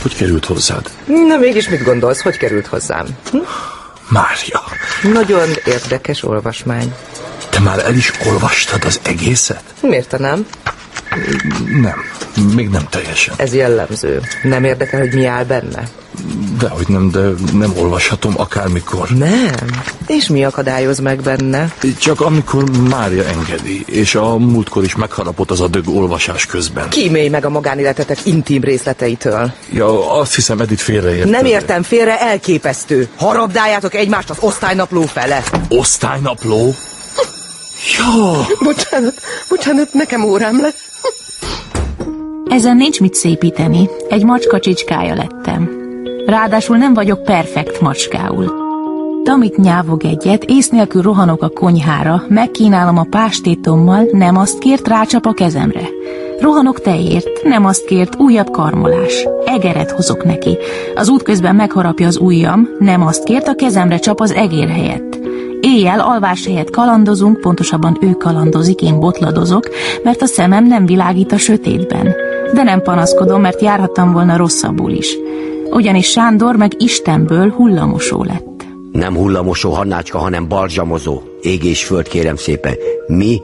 Speaker 10: hogy került hozzád?
Speaker 1: Na mégis mit gondolsz, hogy került hozzám? Hm?
Speaker 10: Mária,
Speaker 1: Nagyon érdekes olvasmány.
Speaker 10: te már el is olvastad az egészet?
Speaker 1: Miért nem?
Speaker 10: Nem, még nem teljesen.
Speaker 1: Ez jellemző. Nem érdekel, hogy mi áll benne?
Speaker 10: Dehogy nem, de nem olvashatom akármikor.
Speaker 1: Nem. És mi akadályoz meg benne?
Speaker 10: Csak amikor Mária engedi, és a múltkor is megharapott az a dög olvasás közben.
Speaker 1: Kímélj meg a magánéletetek intim részleteitől.
Speaker 10: Ja, azt hiszem, Edith félreértett.
Speaker 1: Nem értem félre, elképesztő. Harabdáljátok egymást az osztálynapló fele.
Speaker 10: Osztálynapló? Jó!
Speaker 13: Bocsánat, bocsánat, nekem órám lesz.
Speaker 16: Ezen nincs mit szépíteni. Egy macska csicskája lettem. Ráadásul nem vagyok perfekt macskául. Tamit nyávog egyet, ész nélkül rohanok a konyhára, megkínálom a pástétommal, nem azt kért, rácsap a kezemre. Rohanok tejért, nem azt kért, újabb karmolás. Egeret hozok neki. Az út közben megharapja az ujjam, nem azt kért, a kezemre csap az egér helyett. Éjjel alvás helyett kalandozunk, pontosabban ő kalandozik, én botladozok, mert a szemem nem világít a sötétben. De nem panaszkodom, mert járhattam volna rosszabbul is. Ugyanis Sándor meg Istenből hullamosó lett.
Speaker 6: Nem hullamosó hannácska, hanem balzsamozó. Ég és föld, kérem szépen. Mi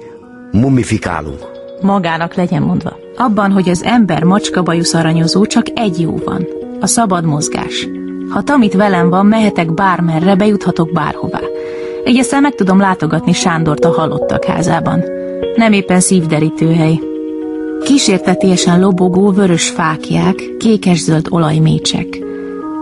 Speaker 6: mumifikálunk.
Speaker 16: Magának legyen mondva. Abban, hogy az ember macska bajusz aranyozó, csak egy jó van. A szabad mozgás. Ha Tamit velem van, mehetek bármerre, bejuthatok bárhová. Így aztán meg tudom látogatni Sándort a halottak házában. Nem éppen szívderítő hely. Kísértetiesen lobogó vörös fákják, kékes-zöld olajmécsek.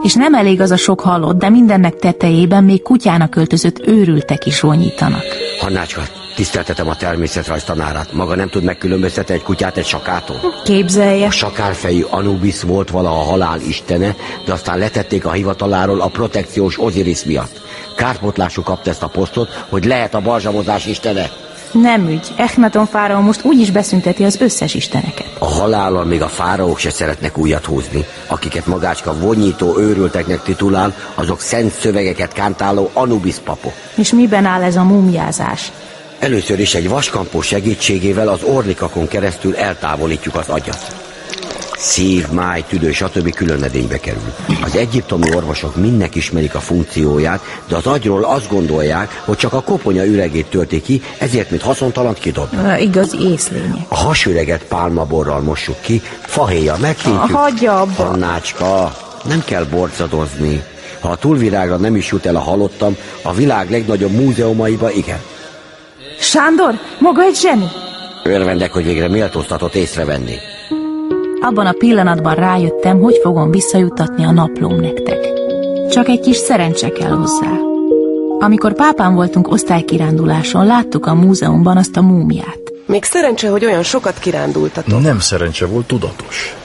Speaker 16: És nem elég az a sok halott, de mindennek tetejében még kutyának öltözött őrültek is vonyítanak.
Speaker 6: Hannácska, tiszteltetem a természetrajz tanárát. Maga nem tud megkülönböztetni egy kutyát egy sakától.
Speaker 16: Képzelje,
Speaker 6: A sakárfejű Anubis volt valaha a halál istene, de aztán letették a hivataláról a protekciós Osiris miatt. Kárpótlású kapta ezt a posztot, hogy lehet a balzsamozás istene.
Speaker 16: nem ügy, Echnaton fáraó most úgyis beszünteti az összes isteneket.
Speaker 6: A halállal még a fáraók se szeretnek újat húzni. Akiket magácska vonyító őrülteknek titulál, azok szent szövegeket kántáló Anubis papok.
Speaker 16: És miben áll ez a múmiázás?
Speaker 6: Először is egy vaskampó segítségével az orlikakon keresztül eltávolítjuk az agyat. Szív, máj, tüdő, stb. külön edénybe kerül. Az egyiptomi orvosok mindnek ismerik a funkcióját, de az agyról azt gondolják, hogy csak a koponya üregét tölti ki, ezért, mint haszontalant kidob.
Speaker 16: Igazi észlények.
Speaker 6: A hasüreget pálmaborral mossuk ki, fahéja megkintjük.
Speaker 16: Ah, hagyja abba.
Speaker 6: Annácska, nem kell borcadozni. Ha a túlvilágra nem is jut el a halottam, a világ legnagyobb múzeumaiba igen.
Speaker 16: Sándor, maga egy zseni.
Speaker 6: Örvendek, hogy végre méltóztatott észrevenni.
Speaker 16: Abban a pillanatban rájöttem, hogy fogom visszajuttatni a naplóm nektek. Csak egy kis szerencse kell hozzá. Amikor pápán voltunk osztálykiránduláson, láttuk a múzeumban azt a múmiát.
Speaker 13: Még szerencse, hogy olyan sokat kirándultatok.
Speaker 10: Nem szerencse volt, tudatos.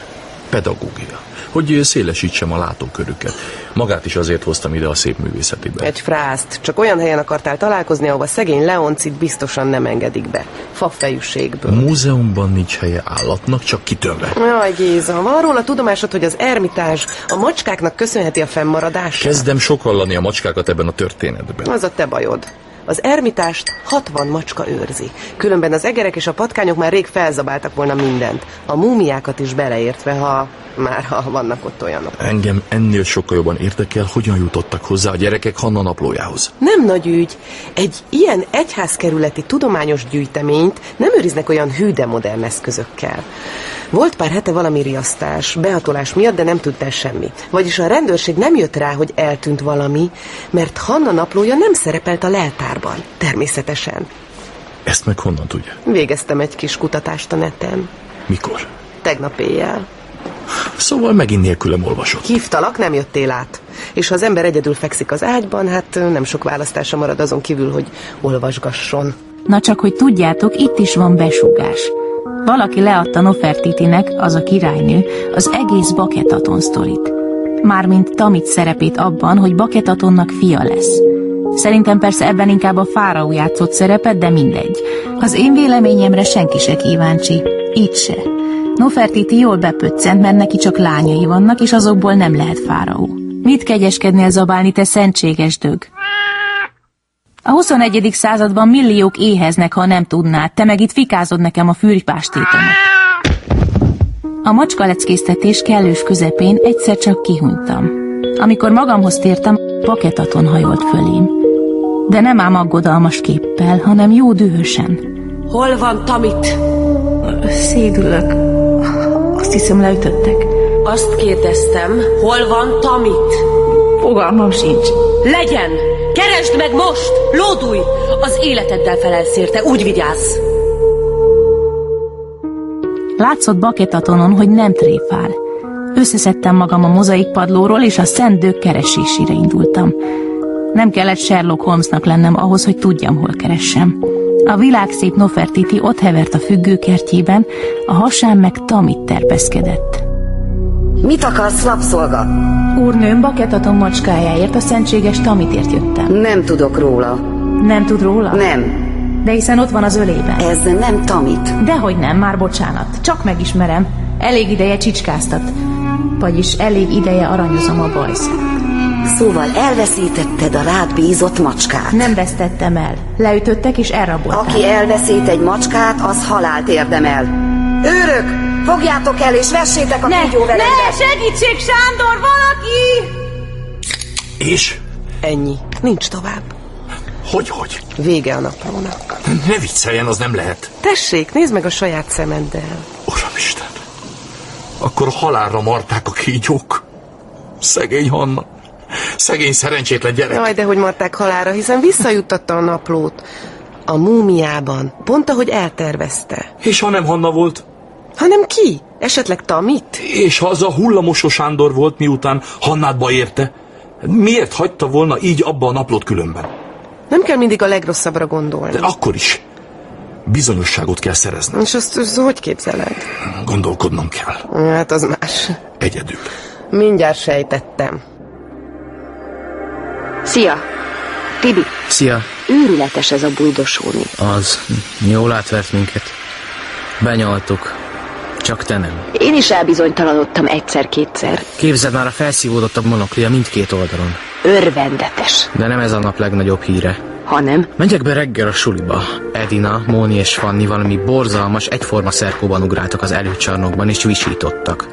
Speaker 10: Pedagógia. Hogy szélesítsem a látókörüket. Magát is azért hoztam ide a szép művészetibe.
Speaker 13: Egy frászt. Csak olyan helyen akartál találkozni, ahova szegény Leoncit biztosan nem engedik be. Fafejűségből.
Speaker 10: Múzeumban nincs helye állatnak, csak kitönve.
Speaker 13: Jaj, Géza, van róla tudomásod, hogy az ermitás a macskáknak köszönheti a fennmaradást?
Speaker 10: Kezdem sok hallani a macskákat ebben a történetben.
Speaker 13: Az a te bajod. Az ermitást 60 macska őrzi. Különben az egerek és a patkányok már rég felzabáltak volna mindent. A múmiákat is beleértve, ha... Már ha vannak ott olyanok.
Speaker 10: Engem ennél sokkal jobban érdekel, hogyan jutottak hozzá a gyerekek Hanna naplójához.
Speaker 13: Nem nagy ügy. Egy ilyen egyházkerületi tudományos gyűjteményt nem őriznek olyan hű, de modern eszközökkel. Volt pár hete valami riasztás, behatolás miatt, de nem tudtál semmi. Vagyis a rendőrség nem jött rá, hogy eltűnt valami, mert Hanna naplója nem szerepelt a leltárban. Természetesen.
Speaker 10: Ezt meg honnan tudja?
Speaker 13: Végeztem egy kis kutatást a neten.
Speaker 10: Mikor?
Speaker 13: Tegnap éjjel.
Speaker 10: Szóval megint nélkülem olvasott.
Speaker 13: Hívtalak, nem jöttél át. És ha az ember egyedül fekszik az ágyban, hát ö, nem sok választása marad azon kívül, hogy olvasgasson.
Speaker 16: Na csak, hogy tudjátok, itt is van besúgás. Valaki leadta Nofertitinek, az a királynő, az egész Baketaton sztorit. Mármint Tamit szerepét abban, hogy Baketatonnak fia lesz. Szerintem persze ebben inkább a fáraó játszott szerepet, de mindegy. Az én véleményemre senki se kíváncsi. Itt se. Nofertiti jól bepöccent, mert neki csak lányai vannak, és azokból nem lehet fáraó. Mit kegyeskednél zabálni, te szentséges dög? A 21. században milliók éheznek, ha nem tudnád, te meg itt fikázod nekem a fűripástétemet. A macska leckésztetés kellős közepén egyszer csak kihuntam. Amikor magamhoz tértem, paketaton hajolt fölém. De nem ám aggodalmas képpel, hanem jó dühösen.
Speaker 3: Hol van Tamit? Szédülök. Azt hiszem leütöttek. Azt kérdeztem, hol van Tamit? Fogalmam sincs. Legyen! Keresd meg most! Lódulj! Az életeddel felelsz érte, úgy vigyázz!
Speaker 16: Látszott baketatonon, hogy nem tréfál. Összeszedtem magam a mozaik padlóról, és a szendők keresésére indultam. Nem kellett Sherlock Holmesnak lennem ahhoz, hogy tudjam, hol keressem. A világ szép Nofertiti ott hevert a függőkertjében, a hasán meg Tamit terpeszkedett.
Speaker 3: Mit akarsz, lapszolga?
Speaker 16: Úrnőm, baketaton macskájáért a szentséges Tamitért jöttem.
Speaker 3: Nem tudok róla.
Speaker 16: Nem tud róla?
Speaker 3: Nem.
Speaker 16: De hiszen ott van az ölében.
Speaker 3: Ez nem Tamit.
Speaker 16: Dehogy nem, már bocsánat. Csak megismerem. Elég ideje csicskáztat. Vagyis elég ideje aranyozom a bajszát.
Speaker 3: Szóval elveszítetted a rád bízott macskát.
Speaker 16: Nem vesztettem el. Leütöttek és elrabolták.
Speaker 3: Aki elveszít egy macskát, az halált érdemel. Őrök, fogjátok el és vessétek a ne, kígyóverébe.
Speaker 7: Ne, segítség, Sándor, valaki!
Speaker 10: És?
Speaker 13: Ennyi. Nincs tovább.
Speaker 10: Hogy, hogy?
Speaker 13: Vége a naplónak.
Speaker 10: Ne vicceljen, az nem lehet.
Speaker 13: Tessék, nézd meg a saját szemeddel.
Speaker 10: Uramisten. Akkor halálra marták a kígyók. Szegény Hanna. Szegény szerencsétlen gyerek.
Speaker 13: Jaj, de hogy marták halára, hiszen visszajuttatta a naplót. A múmiában. Pont ahogy eltervezte.
Speaker 10: És ha nem Hanna volt?
Speaker 13: Hanem ki? Esetleg Tamit?
Speaker 10: És ha az a hullamosos Sándor volt, miután Hannádba érte? Miért hagyta volna így abba a naplót különben?
Speaker 13: Nem kell mindig a legrosszabbra gondolni.
Speaker 10: De akkor is bizonyosságot kell szereznem.
Speaker 13: És azt, azt hogy képzeled?
Speaker 10: Gondolkodnom kell.
Speaker 13: Hát az más.
Speaker 10: Egyedül.
Speaker 13: Mindjárt sejtettem.
Speaker 11: Szia! Tibi,
Speaker 5: Szia!
Speaker 11: őrületes ez a buldosóni.
Speaker 5: Az. Jól átvert minket. Benyaltuk. Csak te nem.
Speaker 11: Én is elbizonytalanodtam egyszer-kétszer.
Speaker 5: Képzeld már a felszívódottabb monoklia mindkét oldalon.
Speaker 11: Örvendetes.
Speaker 5: De nem ez a nap legnagyobb híre.
Speaker 11: Hanem?
Speaker 5: Megyek be reggel a suliba. Edina, Móni és Fanni valami borzalmas, egyforma szerkóban ugráltak az előcsarnokban és visítottak.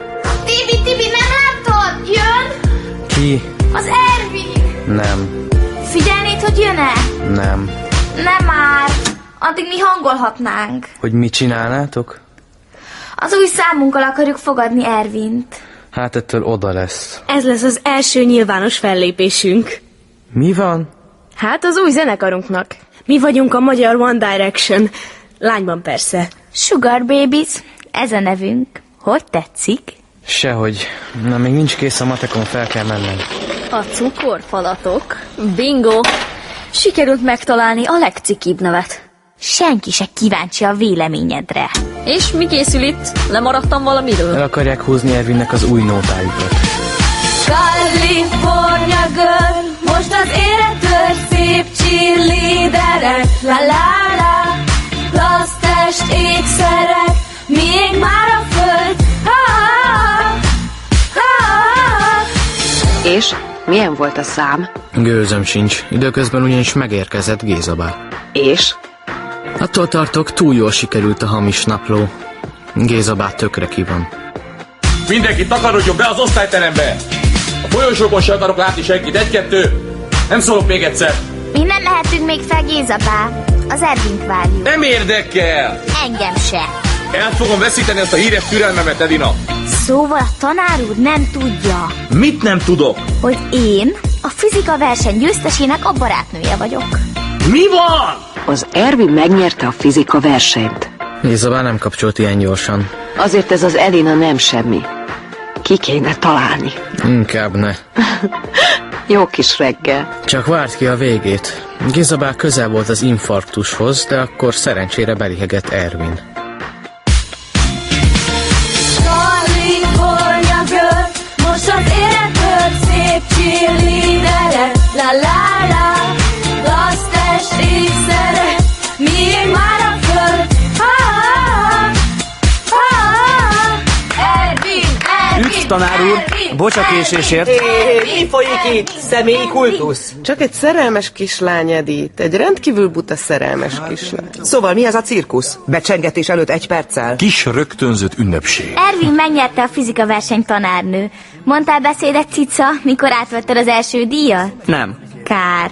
Speaker 14: Tibi, Tibi, nem látod? Jön?
Speaker 5: Ki?
Speaker 14: Az Ervin!
Speaker 5: Nem.
Speaker 14: Figyelnéd, hogy jön-e?
Speaker 5: Nem.
Speaker 14: Nem már! Addig mi hangolhatnánk.
Speaker 5: Hogy mit csinálnátok?
Speaker 14: Az új számunkkal akarjuk fogadni Ervint.
Speaker 5: Hát ettől oda lesz.
Speaker 11: Ez lesz az első nyilvános fellépésünk.
Speaker 5: Mi van?
Speaker 11: Hát az új zenekarunknak. Mi vagyunk a magyar One Direction. Lányban persze.
Speaker 14: Sugar Babies, ez a nevünk. Hogy tetszik?
Speaker 5: Sehogy. Na, még nincs kész a matekon, fel kell mennem.
Speaker 9: A cukorfalatok. Bingo! Sikerült megtalálni a legcikibb nevet.
Speaker 14: Senki se kíváncsi a véleményedre.
Speaker 9: És mi készül itt? Lemaradtam valamiről? [LAUGHS]
Speaker 5: El akarják húzni Ervinnek az új nótájukat.
Speaker 7: California girl, most az éretől szép cheerleaderek, la la la, plastest ékszerek, miénk már a föld, ha, ha, ha, ha.
Speaker 11: És milyen volt a szám?
Speaker 5: Gőzöm sincs. Időközben ugyanis megérkezett Gézabá.
Speaker 11: És?
Speaker 5: Attól tartok, túl jól sikerült a hamis napló. Gézabá tökre ki van.
Speaker 10: Mindenki takarodjon be az osztályterembe! A folyosóban se akarok látni senkit. Egy-kettő! Nem szólok még egyszer!
Speaker 2: Mi nem mehetünk még fel Gézabá. Az Edint várjuk.
Speaker 10: Nem érdekel!
Speaker 2: Engem se.
Speaker 10: El fogom veszíteni ezt a híres türelmemet, Edina!
Speaker 2: Szóval a tanár úr nem tudja,
Speaker 10: Mit nem tudok?
Speaker 2: hogy én a fizika verseny győztesének a barátnője vagyok.
Speaker 10: Mi van?
Speaker 4: Az Ervin megnyerte a fizika versenyt.
Speaker 5: Gézabá nem kapcsolt ilyen gyorsan.
Speaker 4: Azért ez az Elina nem semmi. Ki kéne találni.
Speaker 5: Inkább ne.
Speaker 4: Jó kis reggel.
Speaker 5: Csak várt ki a végét. Gézabá közel volt az infarktushoz, de akkor szerencsére belihegett Ervin.
Speaker 7: Kalifornia girl, most az életből szép cheerleaderek. La la la, gazdes ékszerek, miénk már a föld. Ha, ha, ha, ha. Ervin, Ervin,
Speaker 12: Üdv, tanár úr!
Speaker 7: Ervin,
Speaker 12: Bocs a késésért!
Speaker 13: Mi folyik itt? Személyi kultusz? Csak egy szerelmes kislány, Edith. Egy rendkívül buta szerelmes kislány.
Speaker 25: Szóval mi ez a cirkusz? Becsengetés előtt egy perccel?
Speaker 10: Kis rögtönzött ünnepség.
Speaker 2: Ervin megnyerte a fizika verseny tanárnő. Mondtál beszédet, Cica, mikor átvetted az első díjat?
Speaker 12: Nem.
Speaker 2: Kár.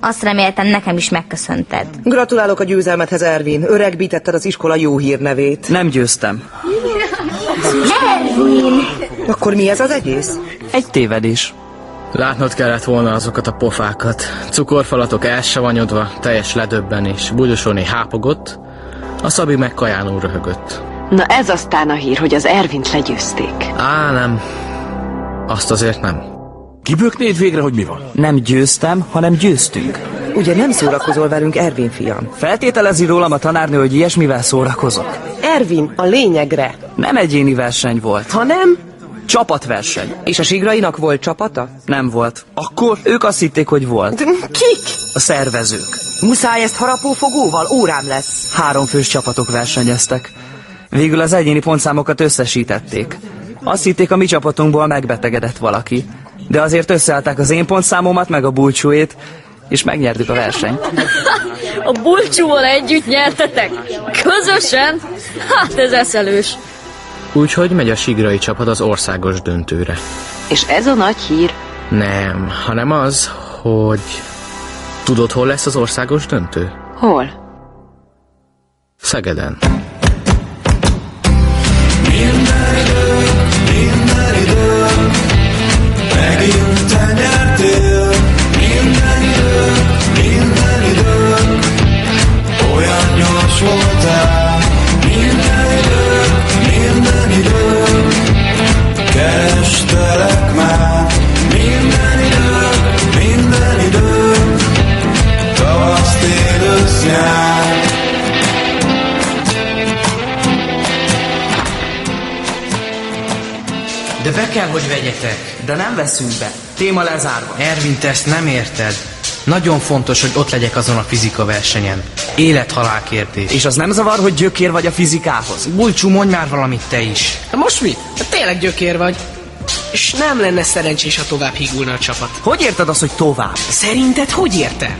Speaker 2: Azt reméltem, nekem is megköszönted.
Speaker 25: Gratulálok a győzelmedhez, Ervin. Öregbítetted az iskola jó hírnevét.
Speaker 12: Nem győztem.
Speaker 2: Ervin!
Speaker 25: Akkor mi ez az egész?
Speaker 12: Egy tévedés.
Speaker 5: Látnod kellett volna azokat a pofákat. Cukorfalatok elsavanyodva, teljes ledöbbenés. Bugyosóné hápogott, a Szabi meg kajánul röhögött.
Speaker 4: Na ez aztán a hír, hogy az Ervint legyőzték.
Speaker 5: Á, nem. Azt azért nem.
Speaker 12: Kiböknéd végre, hogy mi van? Nem győztem, hanem győztünk.
Speaker 25: Ugye nem szórakozol velünk, Ervin fiam?
Speaker 12: Feltételezi rólam a tanárnő, hogy ilyesmivel szórakozok.
Speaker 13: Ervin, a lényegre.
Speaker 12: Nem egyéni verseny volt.
Speaker 13: Hanem?
Speaker 12: Csapatverseny.
Speaker 25: És a Sigrainak volt csapata?
Speaker 12: Nem volt. Akkor? Ők azt hitték, hogy volt.
Speaker 25: Kik?
Speaker 12: A szervezők.
Speaker 25: Muszáj ezt harapófogóval, órám lesz.
Speaker 12: Háromfős csapatok versenyeztek. Végül az egyéni pontszámokat összesítették. Azt hitték, a mi csapatunkból megbetegedett valaki. De azért összeállták az én pontszámomat, meg a bulcsúét, és megnyertük a versenyt.
Speaker 9: A bulcsúval együtt nyertetek? Közösen? Hát ez eszelős.
Speaker 5: Úgyhogy megy a sigrai csapat az országos döntőre.
Speaker 4: És ez a nagy hír.
Speaker 5: Nem, hanem az, hogy... Tudod, hol lesz az országos döntő?
Speaker 4: Hol?
Speaker 5: Szegeden.
Speaker 20: Megint nyertél Minden idő, minden idő Olyan gyors voltál Minden idő, minden idő Kerestelek már Minden idő, minden idő Tavasz, tél, ősz, nyár
Speaker 12: De be kell, hogy vegyetek. De nem veszünk be. Téma lezárva.
Speaker 17: Ervin, te ezt nem érted. Nagyon fontos, hogy ott legyek azon a fizika versenyen. Élet-halál kérdés.
Speaker 12: És az nem zavar, hogy gyökér vagy a fizikához?
Speaker 17: Bulcsú, mondj már valamit te is.
Speaker 26: Na most mi? Hát tényleg gyökér vagy. És nem lenne szerencsés, ha tovább hígulna a csapat.
Speaker 12: Hogy érted azt, hogy tovább?
Speaker 26: Szerinted hogy érte?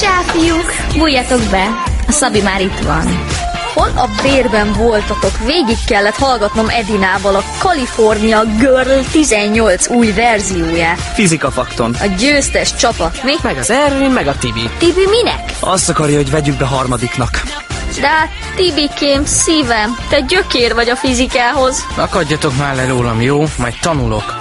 Speaker 9: Csá, fiúk! Bújjatok be! A Szabi már itt van. Hol a bérben voltatok? Végig kellett hallgatnom Edinával a California Girl 18 új verzióját.
Speaker 12: Fizika fakton.
Speaker 9: A győztes csapat, mi?
Speaker 26: Meg az e- Ervin, meg a Tibi.
Speaker 9: Tibi minek?
Speaker 12: Azt akarja, hogy vegyük be harmadiknak.
Speaker 9: De hát, Tibikém, szívem, te gyökér vagy a fizikához.
Speaker 17: Akadjatok már le rólam, jó? Majd tanulok.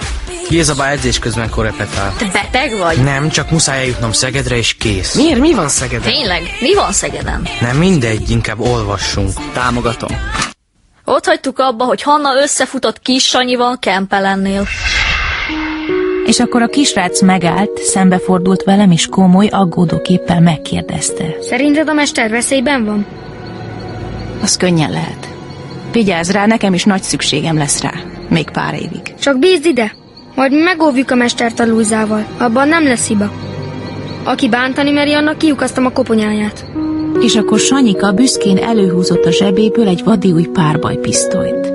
Speaker 17: Gézabá edzés közben korepetál.
Speaker 9: Te beteg vagy?
Speaker 17: Nem, csak muszáj eljutnom Szegedre és kész.
Speaker 26: Miért? Mi van Szegeden?
Speaker 9: Tényleg, mi van Szegeden?
Speaker 17: Nem mindegy, inkább olvassunk.
Speaker 12: Támogatom.
Speaker 9: Ott hagytuk abba, hogy Hanna összefutott kis Sanyival Kempelennél.
Speaker 16: És akkor a kisrác megállt, szembefordult velem, és komoly, aggódóképpel megkérdezte.
Speaker 23: Szerinted a mester veszélyben van?
Speaker 16: Az könnyen lehet. Vigyázz rá, nekem is nagy szükségem lesz rá. Még pár évig.
Speaker 23: Csak bízd ide! Majd megóvjuk a mestert a lúzával. Abban nem lesz hiba. Aki bántani meri, annak kiukasztam a koponyáját.
Speaker 16: És akkor Sanyika büszkén előhúzott a zsebéből egy vadi új párbajpisztolyt.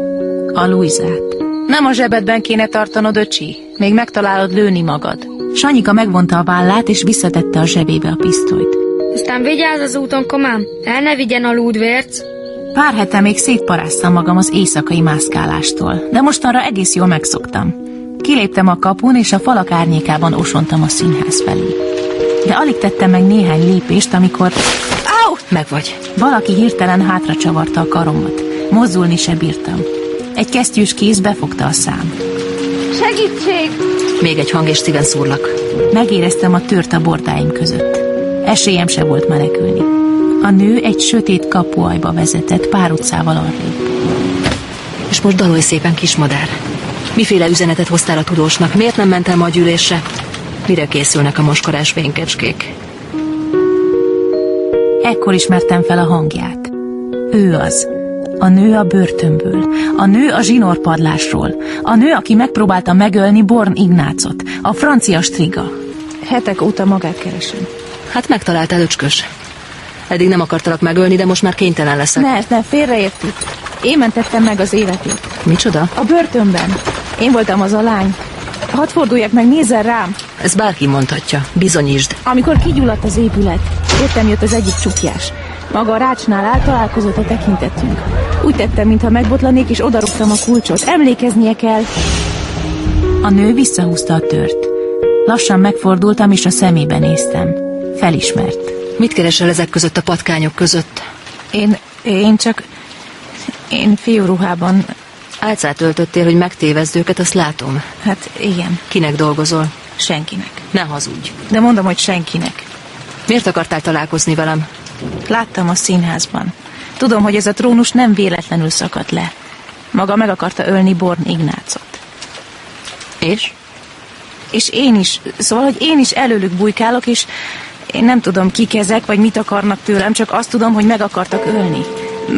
Speaker 16: A Luizát. Nem a zsebedben kéne tartanod, öcsi. Még megtalálod lőni magad. Sanyika megvonta a vállát, és visszatette a zsebébe a pisztolyt.
Speaker 23: Aztán vigyázz az úton, komám, el ne vigyen a lúdvérc.
Speaker 16: Pár hete még szétparáztam magam az éjszakai mászkálástól, de mostanra egész jól megszoktam. Kiléptem a kapun, és a falak árnyékában osontam a színház felé. De alig tettem meg néhány lépést, amikor... Au! Meg vagy. Valaki hirtelen hátra csavarta a karomat. Mozdulni se bírtam. Egy kesztyűs kéz befogta a szám.
Speaker 8: Segítség!
Speaker 16: Még egy hang, és szíven szúrlak. Megéreztem a tört a bordáim között. Esélyem se volt menekülni. A nő egy sötét kapuajba vezetett pár utcával arrébb.
Speaker 15: És most dalolj szépen, kismadár. Miféle üzenetet hoztál a tudósnak? Miért nem mentél ma a gyűlésre? Mire készülnek a maskarás vénkecskék?
Speaker 16: Ekkor ismertem fel a hangját. Ő az. A nő a börtönből. A nő a zsinórpadlásról. A nő, aki megpróbálta megölni Born Ignácot. A francia striga.
Speaker 15: Hetek óta magát keresem. Hát megtaláltál, öcskös. Eddig nem akartalak megölni, de most már kénytelen leszek.
Speaker 16: Mert ne, félreértik. Én mentettem meg az életét.
Speaker 15: Micsoda?
Speaker 16: A börtönben. Én voltam az a lány. Hadd forduljak meg, nézzen rám!
Speaker 15: Ez bárki mondhatja. Bizonyítsd.
Speaker 16: Amikor kigyulladt az épület, értem jött az egyik csukjás. Maga a rácsnál állt, találkozott a tekintetünk. Úgy tettem, mintha megbotlanék, és odarúgtam a kulcsot. Emlékeznie kell. A nő visszahúzta a tört. Lassan megfordultam, és a szemébe néztem. Felismert.
Speaker 15: Mit keresel ezek között a patkányok között?
Speaker 16: Én, én csak... Én fiúruhában...
Speaker 15: Álcát öltöttél, hogy megtévezd őket, azt látom.
Speaker 16: Hát igen,
Speaker 15: Kinek dolgozol?
Speaker 16: senkinek.
Speaker 15: Ne hazudj.
Speaker 16: De mondom, hogy senkinek.
Speaker 15: Miért akartál találkozni velem?
Speaker 16: Láttam a színházban. Tudom, hogy ez a trónus nem véletlenül szakadt le. Maga meg akarta ölni Born Ignácot.
Speaker 15: És?
Speaker 16: És én is. Szóval, hogy én is előlük bujkálok, és én nem tudom, kik ezek, vagy mit akarnak tőlem, csak azt tudom, hogy meg akartak ölni.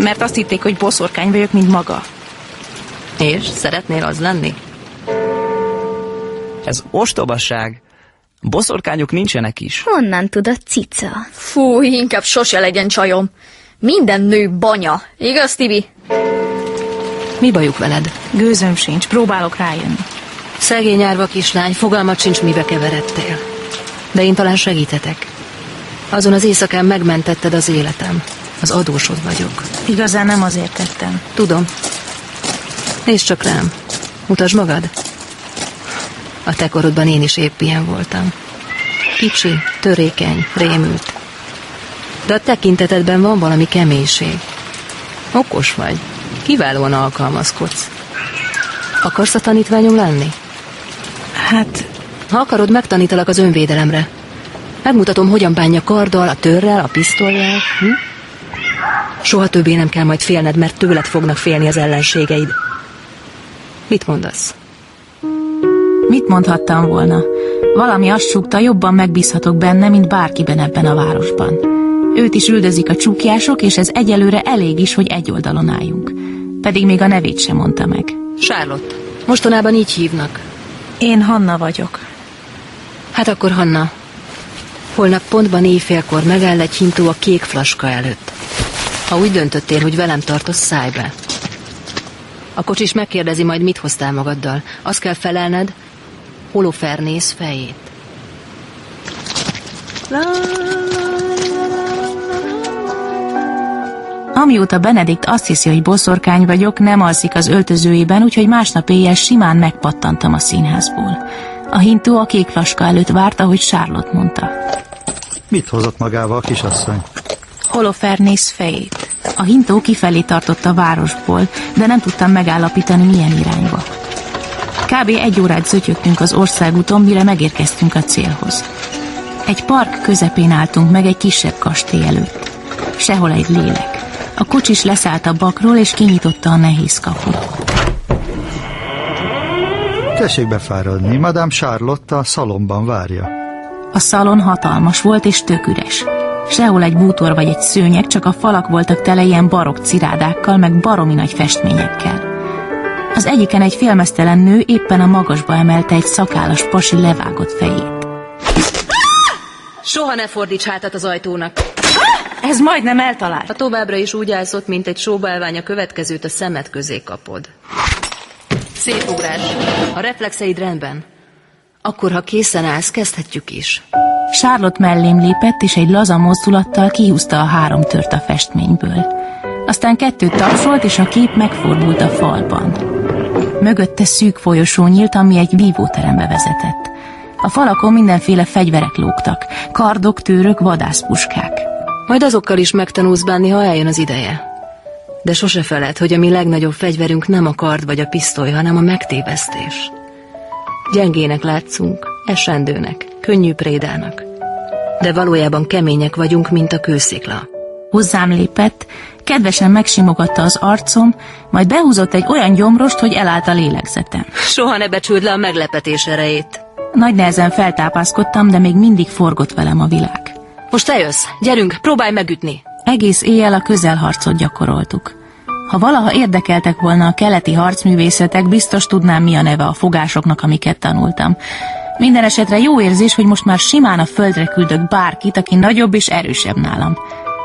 Speaker 16: Mert azt hitték, hogy boszorkány vagyok, mint maga.
Speaker 15: És? Szeretnél az lenni?
Speaker 12: Ez ostobaság. Boszorkányok nincsenek is.
Speaker 2: Honnan tudod, cica?
Speaker 9: Fú, inkább sose legyen csajom. Minden nő banya. Igaz, Tibi?
Speaker 15: Mi bajuk veled?
Speaker 16: Gőzöm sincs, próbálok rájönni.
Speaker 15: Szegény árva kislány, fogalmat sincs, mibe keveredtél. De én talán segíthetek. Azon az éjszakán megmentetted az életem. Az adósod vagyok.
Speaker 16: Igazán nem azért tettem.
Speaker 15: Tudom. Nézd csak rám. Mutasd magad. A te korodban én is épp ilyen voltam. Kicsi, törékeny, rémült. De a tekintetedben van valami keménység. Okos vagy. Kiválóan alkalmazkodsz. Akarsz a tanítványom lenni?
Speaker 16: Hát,
Speaker 15: Ha akarod, megtanítalak az önvédelemre. Megmutatom, hogyan bánja karddal, a törrel, a pisztolyjal. Hm? Soha többé nem kell majd félned, mert tőled fognak félni az ellenségeid. Mit mondasz?
Speaker 16: Mit mondhattam volna? Valami azt súgta, jobban megbízhatok benne, mint bárkiben ebben a városban. Őt is üldözik a csukjások, és ez egyelőre elég is, hogy egy oldalon álljunk. Pedig még a nevét sem mondta meg.
Speaker 15: Charlotte, mostanában így hívnak.
Speaker 16: Én Hanna vagyok.
Speaker 15: Hát akkor Hanna, holnap pontban éjfélkor megáll egy hintó a kék flaska előtt. Ha úgy döntöttél, hogy velem tartasz, szállj be. A kocsis megkérdezi majd, mit hoztál magaddal. Azt kell felelned, holofernész fejét.
Speaker 16: Amióta Benedikt azt hiszi, hogy boszorkány vagyok, nem alszik az öltözőjében, úgyhogy másnap éjjel simán megpattantam a színházból. A hintó a kék flaska előtt várt, ahogy Charlotte mondta.
Speaker 18: Mit hozott magával a kisasszony?
Speaker 16: Holofernész fejét. A hintó kifelé tartott a városból, de nem tudtam megállapítani milyen irányba. Kb. egy órát zötyögtünk az országúton, mire megérkeztünk a célhoz. Egy park közepén álltunk meg egy kisebb kastély előtt. Sehol egy lélek. A kocsis leszállt a bakról, és kinyitotta a nehéz kaput.
Speaker 18: Tessék befáradni, Madame Charlotte a szalomban várja.
Speaker 16: A szalon hatalmas volt és tök üres. Sehol egy bútor vagy egy szőnyeg, csak a falak voltak tele ilyen barokk cirádákkal, meg baromi nagy festményekkel. Az egyiken egy félmeztelen nő éppen a magasba emelte egy szakállas pasi levágott fejét.
Speaker 15: Soha ne fordíts hátat az ajtónak.
Speaker 16: Ah! Ez majdnem eltalált.
Speaker 15: Ha továbbra is úgy állsz ott, mint egy sóbálvány, a következőt a szemed közé kapod. Szép ugrás. A reflexeid rendben. Akkor, ha készen állsz, kezdhetjük is.
Speaker 16: Charlotte mellém lépett, és egy laza mozdulattal kihúzta a három tört a festményből. Aztán kettőt tapsolt, és a kép megfordult a falban. Mögötte szűk folyosó nyílt, ami egy vívóterembe vezetett. A falakon mindenféle fegyverek lógtak, kardok, tőrök, vadászpuskák.
Speaker 15: Majd azokkal is megtanulsz bánni, ha eljön az ideje. De sose feled, hogy a mi legnagyobb fegyverünk nem a kard vagy a pisztoly, hanem a megtévesztés. Gyengének látszunk, esendőnek, könnyű prédának. De valójában kemények vagyunk, mint a kőszikla.
Speaker 16: Hozzám lépett, kedvesen megsimogatta az arcom, majd behúzott egy olyan gyomrost, hogy elállt a lélegzetem.
Speaker 15: Soha ne becsüld le a meglepetés erejét.
Speaker 16: Nagy nehezen feltápászkodtam, de még mindig forgott velem a világ.
Speaker 15: Most te jössz, gyerünk, próbálj megütni.
Speaker 16: Egész éjjel a közelharcot gyakoroltuk. Ha valaha érdekeltek volna a keleti harcművészetek, biztos tudnám, mi a neve a fogásoknak, amiket tanultam. Minden esetre jó érzés, hogy most már simán a földre küldök bárkit, aki nagyobb és erősebb nálam.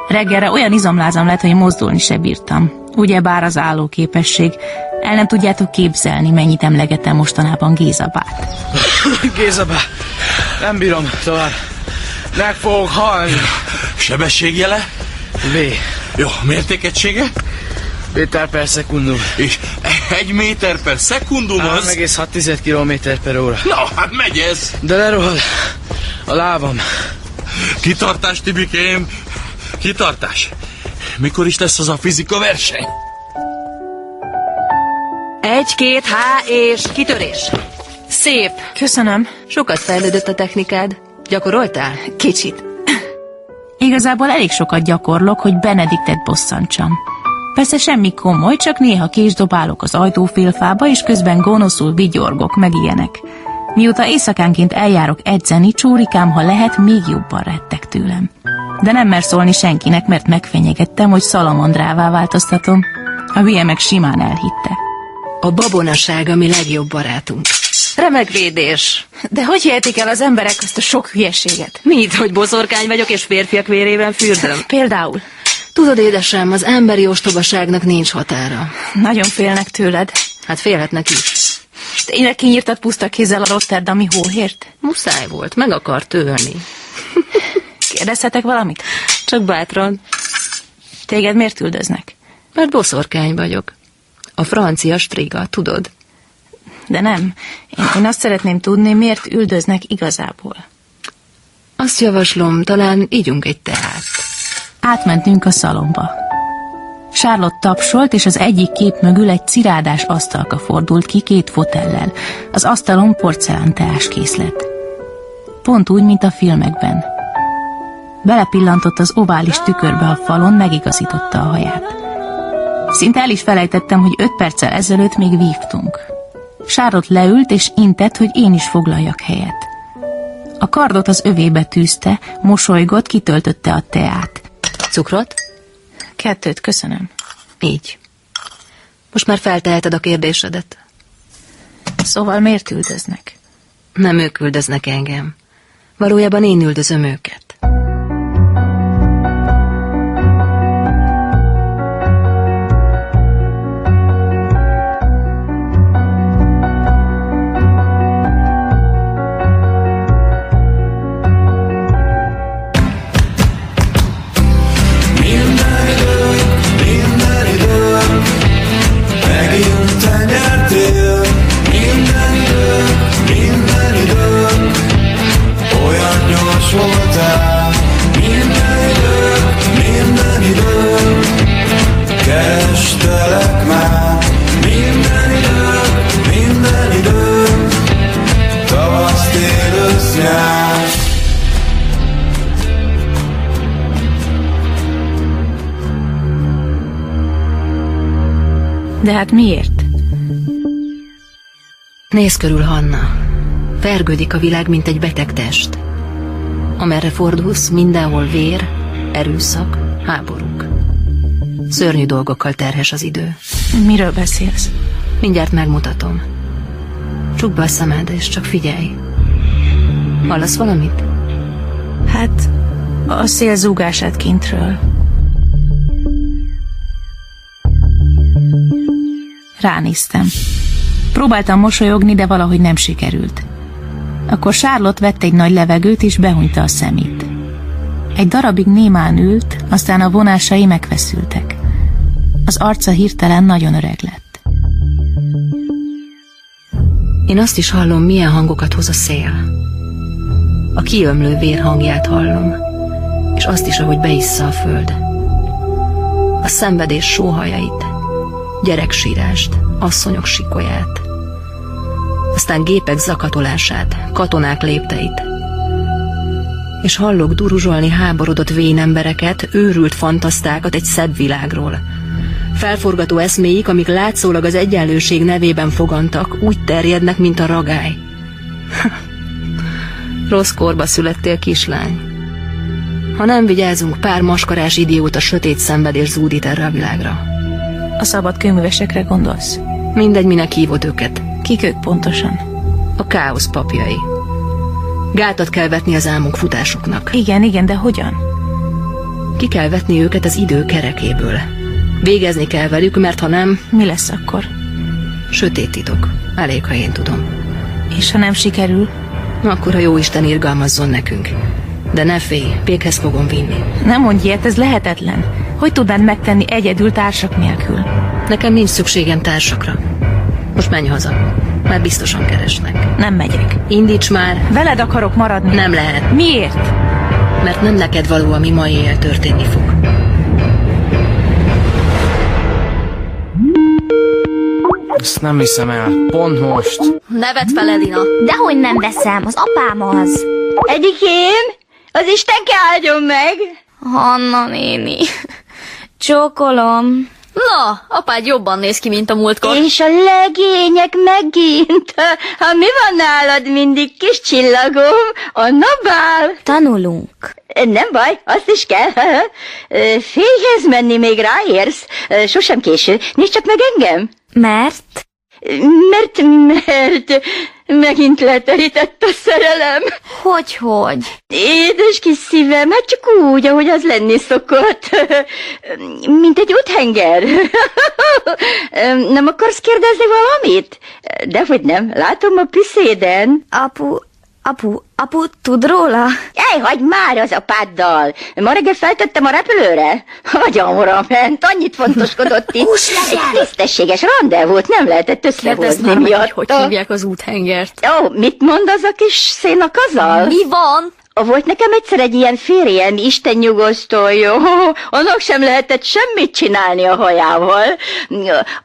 Speaker 16: Reggelre olyan izomlázam lett, hogy mozdulni se bírtam. Ugyebár az állóképesség. El nem tudjátok képzelni, mennyit emlegetem mostanában Gézabát.
Speaker 17: Gézabá, nem bírom tovább. Meg fogok halni.
Speaker 10: Sebességjele?
Speaker 17: B.
Speaker 10: Jó, mértékegysége?
Speaker 17: Méter per szekundum.
Speaker 10: És egy méter per szekundum az...
Speaker 17: 3,6 km per óra.
Speaker 10: Na, hát megy ez!
Speaker 17: De lerohad a lábam.
Speaker 10: Kitartás, Tibikém! Kitartás! Mikor is lesz az a fizika verseny?
Speaker 15: Egy, két, há, és kitörés. Szép.
Speaker 16: Köszönöm.
Speaker 15: Sokat fejlődött a technikád. Gyakoroltál?
Speaker 16: Kicsit. Igazából elég sokat gyakorlok, hogy Benediktet bosszantsam. Persze semmi komoly, csak néha késdobálok az ajtófélfába, és közben gonoszul vigyorgok, meg ilyenek. Mióta éjszakánként eljárok edzeni, csórikám, ha lehet, még jobban rettek tőlem. De nem mer szólni senkinek, mert megfenyegettem, hogy szalamandrává változtatom. A hülye meg simán elhitte.
Speaker 15: A babonaság a mi legjobb barátunk. Remek védés.
Speaker 16: De hogy hihetik el az emberek ezt a sok hülyeséget?
Speaker 15: Mit, hogy boszorkány vagyok és férfiak vérében fürdöm?
Speaker 16: Például.
Speaker 15: Tudod, édesem, az emberi ostobaságnak nincs határa.
Speaker 16: Nagyon félnek tőled.
Speaker 15: Hát félhetnek is.
Speaker 16: Tényleg kinyírtad puszta kézzel a Rotterdami hóhért?
Speaker 15: Muszáj volt, meg akart ölni.
Speaker 16: Kérdezhetek valamit?
Speaker 15: Csak bátran.
Speaker 16: Téged miért üldöznek?
Speaker 15: Mert boszorkány vagyok. A francia striga, tudod?
Speaker 16: De nem. Én, én azt szeretném tudni, miért üldöznek igazából.
Speaker 15: Azt javaslom, talán ígyunk egy teát.
Speaker 16: Átmentünk a szalomba. Charlotte tapsolt, és az egyik kép mögül egy cirádás asztalka fordult ki két fotellel. Az asztalon porcelánteás készlet. Pont úgy, mint a filmekben. Belepillantott az ovális tükörbe a falon, megigazította a haját. Szinte el is felejtettem, hogy öt perccel ezelőtt még vívtunk. Sárot leült és intett, hogy én is foglaljak helyet. A kardot az övébe tűzte, mosolygott, kitöltötte a teát.
Speaker 15: Cukrot?
Speaker 16: Kettőt, köszönöm.
Speaker 15: Így. Most már felteheted a kérdésedet.
Speaker 16: Szóval miért üldöznek?
Speaker 15: Nem ők üldöznek engem. Valójában én üldözöm őket.
Speaker 16: De hát miért?
Speaker 15: Nézz körül, Hanna. Vergődik a világ, mint egy beteg test. Amerre fordulsz, mindenhol vér, erőszak, háborúk. Szörnyű dolgokkal terhes az idő.
Speaker 16: Miről beszélsz?
Speaker 15: Mindjárt megmutatom. Csukd be a szemed, és csak figyelj. Hallasz valamit?
Speaker 16: Hát, a szél zúgását kintről. Ránéztem. Próbáltam mosolyogni, de valahogy nem sikerült. Akkor Charlotte vett egy nagy levegőt és behunyta a szemét. Egy darabig némán ült, aztán a vonásai megfeszültek. Az arca hirtelen nagyon öreg lett.
Speaker 15: Én azt is hallom, milyen hangokat hoz a szél. A kiömlő vér hangját hallom, és azt is, ahogy beissza a föld. A szenvedés sóhajait, gyereksírást, asszonyok sikolyát, aztán gépek zakatolását, katonák lépteit. És hallok duruzsolni háborodott vénembereket, őrült fantasztákat egy szebb világról, Felforgató eszméik, amik látszólag az egyenlőség nevében fogantak, úgy terjednek, mint a ragály. [LAUGHS] Rossz korba születtél, kislány. Ha nem vigyázunk, pár maskarás idióta sötét szenvedés zúdít erre a világra.
Speaker 16: A szabad kőművesekre gondolsz?
Speaker 15: Mindegy, minek hívod őket.
Speaker 16: Kik ők pontosan?
Speaker 15: A káosz papjai. Gátat kell vetni az álmunk futásuknak.
Speaker 16: Igen, igen, de hogyan?
Speaker 15: Ki kell vetni őket az idő kerekéből. Végezni kell velük, mert ha nem...
Speaker 16: Mi lesz akkor?
Speaker 15: Sötét titok. Elég, ha én tudom.
Speaker 16: És ha nem sikerül?
Speaker 15: Akkor a jó Isten irgalmazzon nekünk. De ne félj, véghez fogom vinni.
Speaker 16: Nem mondj ilyet, ez lehetetlen. Hogy tudnád megtenni egyedül társak nélkül?
Speaker 15: Nekem nincs szükségem társakra. Most menj haza, mert biztosan keresnek.
Speaker 16: Nem megyek.
Speaker 15: Indíts már.
Speaker 16: Veled akarok maradni.
Speaker 15: Nem lehet.
Speaker 16: Miért?
Speaker 15: Mert nem neked való, ami ma éjjel történni fog.
Speaker 5: Ezt nem hiszem el. Pont most.
Speaker 27: Nevet fel, Edina.
Speaker 28: Dehogy nem veszem, az apám az.
Speaker 1: Edikém, az Istenke áldjon meg!
Speaker 28: Hanna néni. Csókolom.
Speaker 27: Na, apád jobban néz ki, mint a múltkor.
Speaker 1: És a legények megint. Ha mi van nálad mindig, kis csillagom? A nabál.
Speaker 28: Tanulunk.
Speaker 1: Nem baj, azt is kell. Fényhez menni még ráérsz. Sosem késő. Nézd csak meg engem.
Speaker 28: Mert?
Speaker 1: Mert, mert megint leterített a szerelem.
Speaker 28: Hogy, hogy?
Speaker 1: Édes kis szívem, hát csak úgy, ahogy az lenni szokott. Mint egy úthenger. Nem akarsz kérdezni valamit? Dehogy nem, látom a piszéden.
Speaker 28: Apu, apu, apu, tud róla?
Speaker 1: Elhagyd már az apáddal! Ma reggel feltettem a repülőre. Agyamra ment, annyit fontoskodott
Speaker 28: [LAUGHS]
Speaker 1: itt. Egy tisztességes rendezvút nem lehetett összehozni
Speaker 27: Kérdezném, meg, hogy hogy hívják az úthengert.
Speaker 1: Ó, mit mond az a kis szénakazal?
Speaker 27: Mi van?
Speaker 1: Volt nekem egyszer egy ilyen férjem, Isten nyugosztolja, [LAUGHS] annak sem lehetett semmit csinálni a hajával.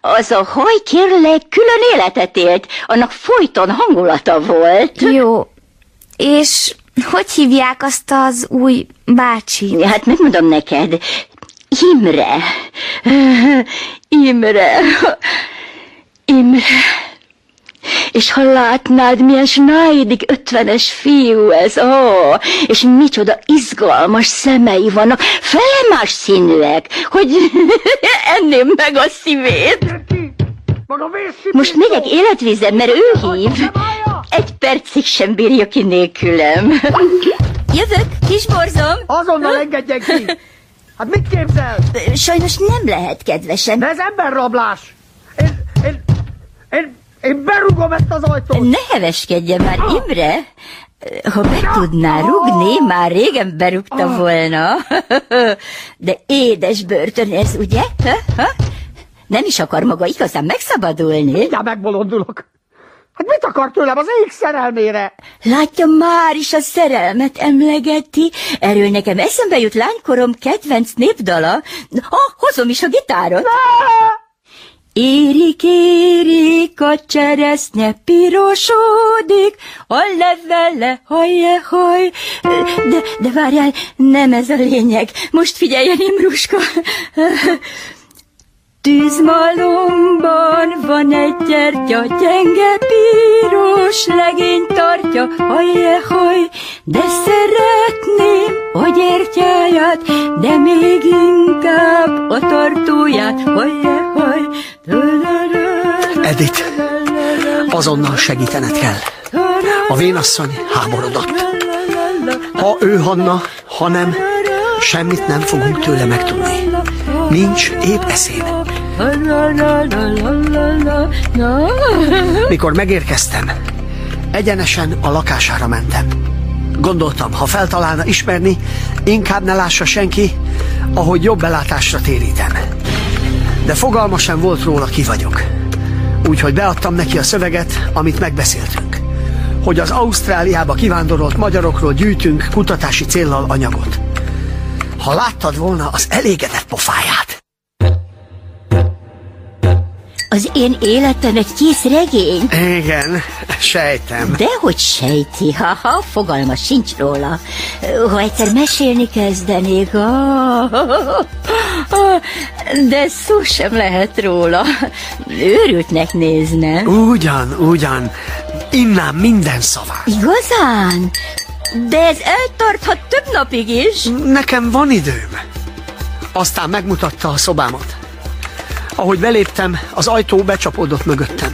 Speaker 1: Az a haj kérlek külön életet élt, annak folyton hangulata volt.
Speaker 28: Jó. És hogy hívják azt az új bácsi?
Speaker 1: Hát megmondom neked, Imre. Imre. Imre. És ha látnád, milyen snájdig ötvenes fiú ez, ó, oh, és micsoda izgalmas szemei vannak, felemás színűek, hogy [LAUGHS] enném meg a szívét. Most megyek életvizem, mert ő hív. Egy percig sem bírja ki nélkülem.
Speaker 8: Jövök, kisborzom!
Speaker 29: Azonnal engedjen ki! Hát mit képzel?
Speaker 8: Sajnos nem lehet, kedvesem.
Speaker 29: De ez emberrablás! Én, én, én én berúgom ezt az ajtót!
Speaker 8: Ne heveskedjen már, Imre! Ha be tudná rugni, már régen
Speaker 29: Ah.
Speaker 8: berúgta volna. [LAUGHS] De édes börtön ez, ugye? Ha? Ha? Nem is akar maga igazán megszabadulni.
Speaker 29: Mindjárt megbolondulok. Hát mit akar tőlem az ég szerelmére?
Speaker 8: Látja, már is a szerelmet emlegeti. Erről nekem eszembe jut lánykorom kedvenc népdala. Ah, hozom is a gitárot.
Speaker 29: Ne!
Speaker 8: Érik, érik, a cseresznye pirosodik, a levele hajje haj. De, de várjál, nem ez a lényeg. Most figyeljen, Imruska. Tűzmalomban van egy gyertya, gyenge piros legény tartja, hajje haj, de szeretném a gyertyáját, de még inkább a tartóját, hajje haj.
Speaker 19: Edith, azonnal segítened kell. A vénasszony háborodott. Ha ő Hanna, ha nem, semmit nem fogunk tőle megtudni. Nincs épp eszén. Mikor megérkeztem, Egyenesen a lakására mentem. Gondoltam, ha feltalálna ismerni, inkább ne lássa senki, ahogy jobb belátásra térítem. De fogalma sem volt róla, ki vagyok. Úgyhogy beadtam neki a szöveget, amit megbeszéltünk. Hogy az Ausztráliába kivándorolt magyarokról gyűjtünk kutatási céllal anyagot. Ha láttad volna az elégedett pofáját,
Speaker 1: Az én életem egy kész regény?
Speaker 19: Igen, sejtem.
Speaker 1: Dehogy sejti, ha, ha fogalma sincs róla. Ö, Ha egyszer mesélni kezdenék, ah, de szó sem lehet róla. Őrültnek néznem.
Speaker 19: Ugyan, ugyan. Innám minden szavát.
Speaker 1: Igazán? De ez eltarthat több napig is.
Speaker 19: Nekem van időm. Aztán megmutatta a szobámat. Ahogy beléptem, az ajtó becsapódott mögöttem.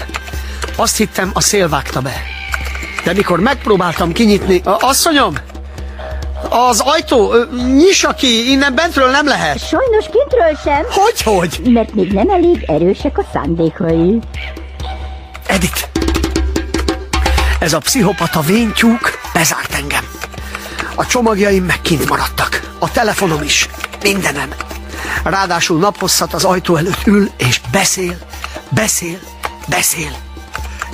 Speaker 19: Azt hittem, a szél vágta be. De mikor megpróbáltam kinyitni... A asszonyom! Az ajtó, ö, nyissa ki, innen bentről nem lehet.
Speaker 1: Sajnos kintről sem.
Speaker 19: Hogy, hogy?
Speaker 1: Mert még nem elég erősek a szándékai.
Speaker 19: Edith! Ez a pszichopata vénytyúk bezárt engem. A csomagjaim meg kint maradtak. A telefonom is. Mindenem. Ráadásul naphosszat az ajtó előtt ül, és beszél, beszél, beszél.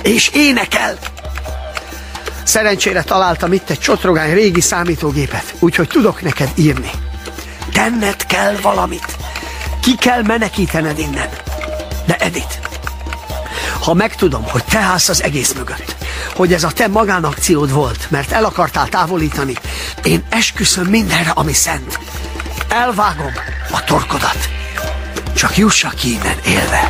Speaker 19: És énekel. Szerencsére találtam itt egy csotrogány régi számítógépet, úgyhogy tudok neked írni. Tenned kell valamit. Ki kell menekítened innen. De Edith, ha megtudom, hogy te állsz az egész mögött, hogy ez a te magánakciód volt, mert el akartál távolítani, én esküszöm mindenre, ami szent. Elvágom a torkodat. Csak jussa ki innen élve.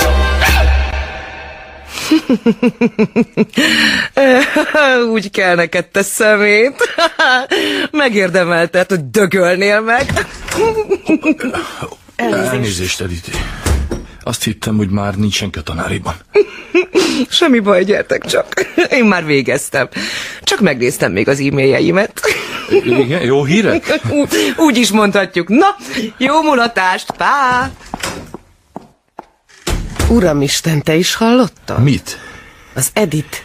Speaker 25: [LAUGHS] Úgy kell neked te szemét. [LAUGHS] Megérdemelted, hogy dögölnél meg. [LAUGHS]
Speaker 10: Elnézést, Edith. Azt hittem, hogy már nincs senki a tanáriban.
Speaker 25: Semmi baj, gyertek csak. [LAUGHS] Én már végeztem. Csak megnéztem még az e-mailjeimet.
Speaker 10: Igen, jó hírek?
Speaker 25: [LAUGHS] Ú- Úgy is mondhatjuk. Na, jó mulatást, pá!
Speaker 13: Uramisten, te is hallottad?
Speaker 10: Mit?
Speaker 13: Az Edith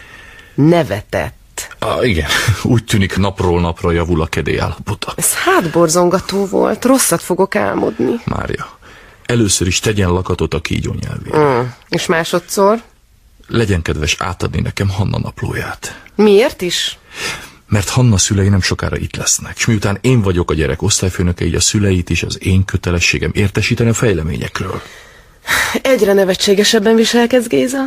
Speaker 13: nevetett.
Speaker 10: Ah, igen, úgy tűnik napról napra javul a kedély állapota.
Speaker 13: Ez hátborzongató volt, rosszat fogok álmodni.
Speaker 10: Mária, először is tegyen lakatot a kígyó nyelvé.
Speaker 13: Mm. És másodszor?
Speaker 10: Legyen kedves átadni nekem Hanna naplóját.
Speaker 13: Miért is?
Speaker 10: Mert Hanna szülei nem sokára itt lesznek, és miután én vagyok a gyerek osztályfőnöke, így a szüleit is az én kötelességem értesíteni a fejleményekről.
Speaker 13: Egyre nevetségesebben viselkedsz, Géza.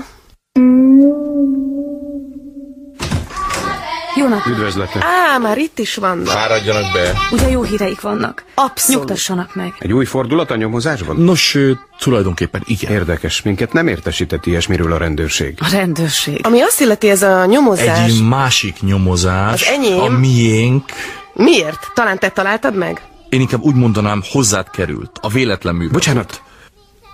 Speaker 16: Jó nap.
Speaker 11: Üdvözletek.
Speaker 13: Á, már itt is vannak.
Speaker 11: Fáradjanak be.
Speaker 16: Ugye jó híreik vannak?
Speaker 13: Abszolút.
Speaker 16: Nyugtassanak meg.
Speaker 11: Egy új fordulat a nyomozásban?
Speaker 10: Nos, tulajdonképpen igen.
Speaker 11: Érdekes, minket nem értesített ilyesmiről a rendőrség.
Speaker 16: A rendőrség.
Speaker 13: Ami azt illeti ez a nyomozás.
Speaker 10: Egy másik nyomozás,
Speaker 13: Az enyém.
Speaker 10: a miénk,
Speaker 13: Miért? Talán te találtad meg?
Speaker 10: én inkább úgy mondanám, hozzád került, a véletlen művel.
Speaker 11: Bocsánat,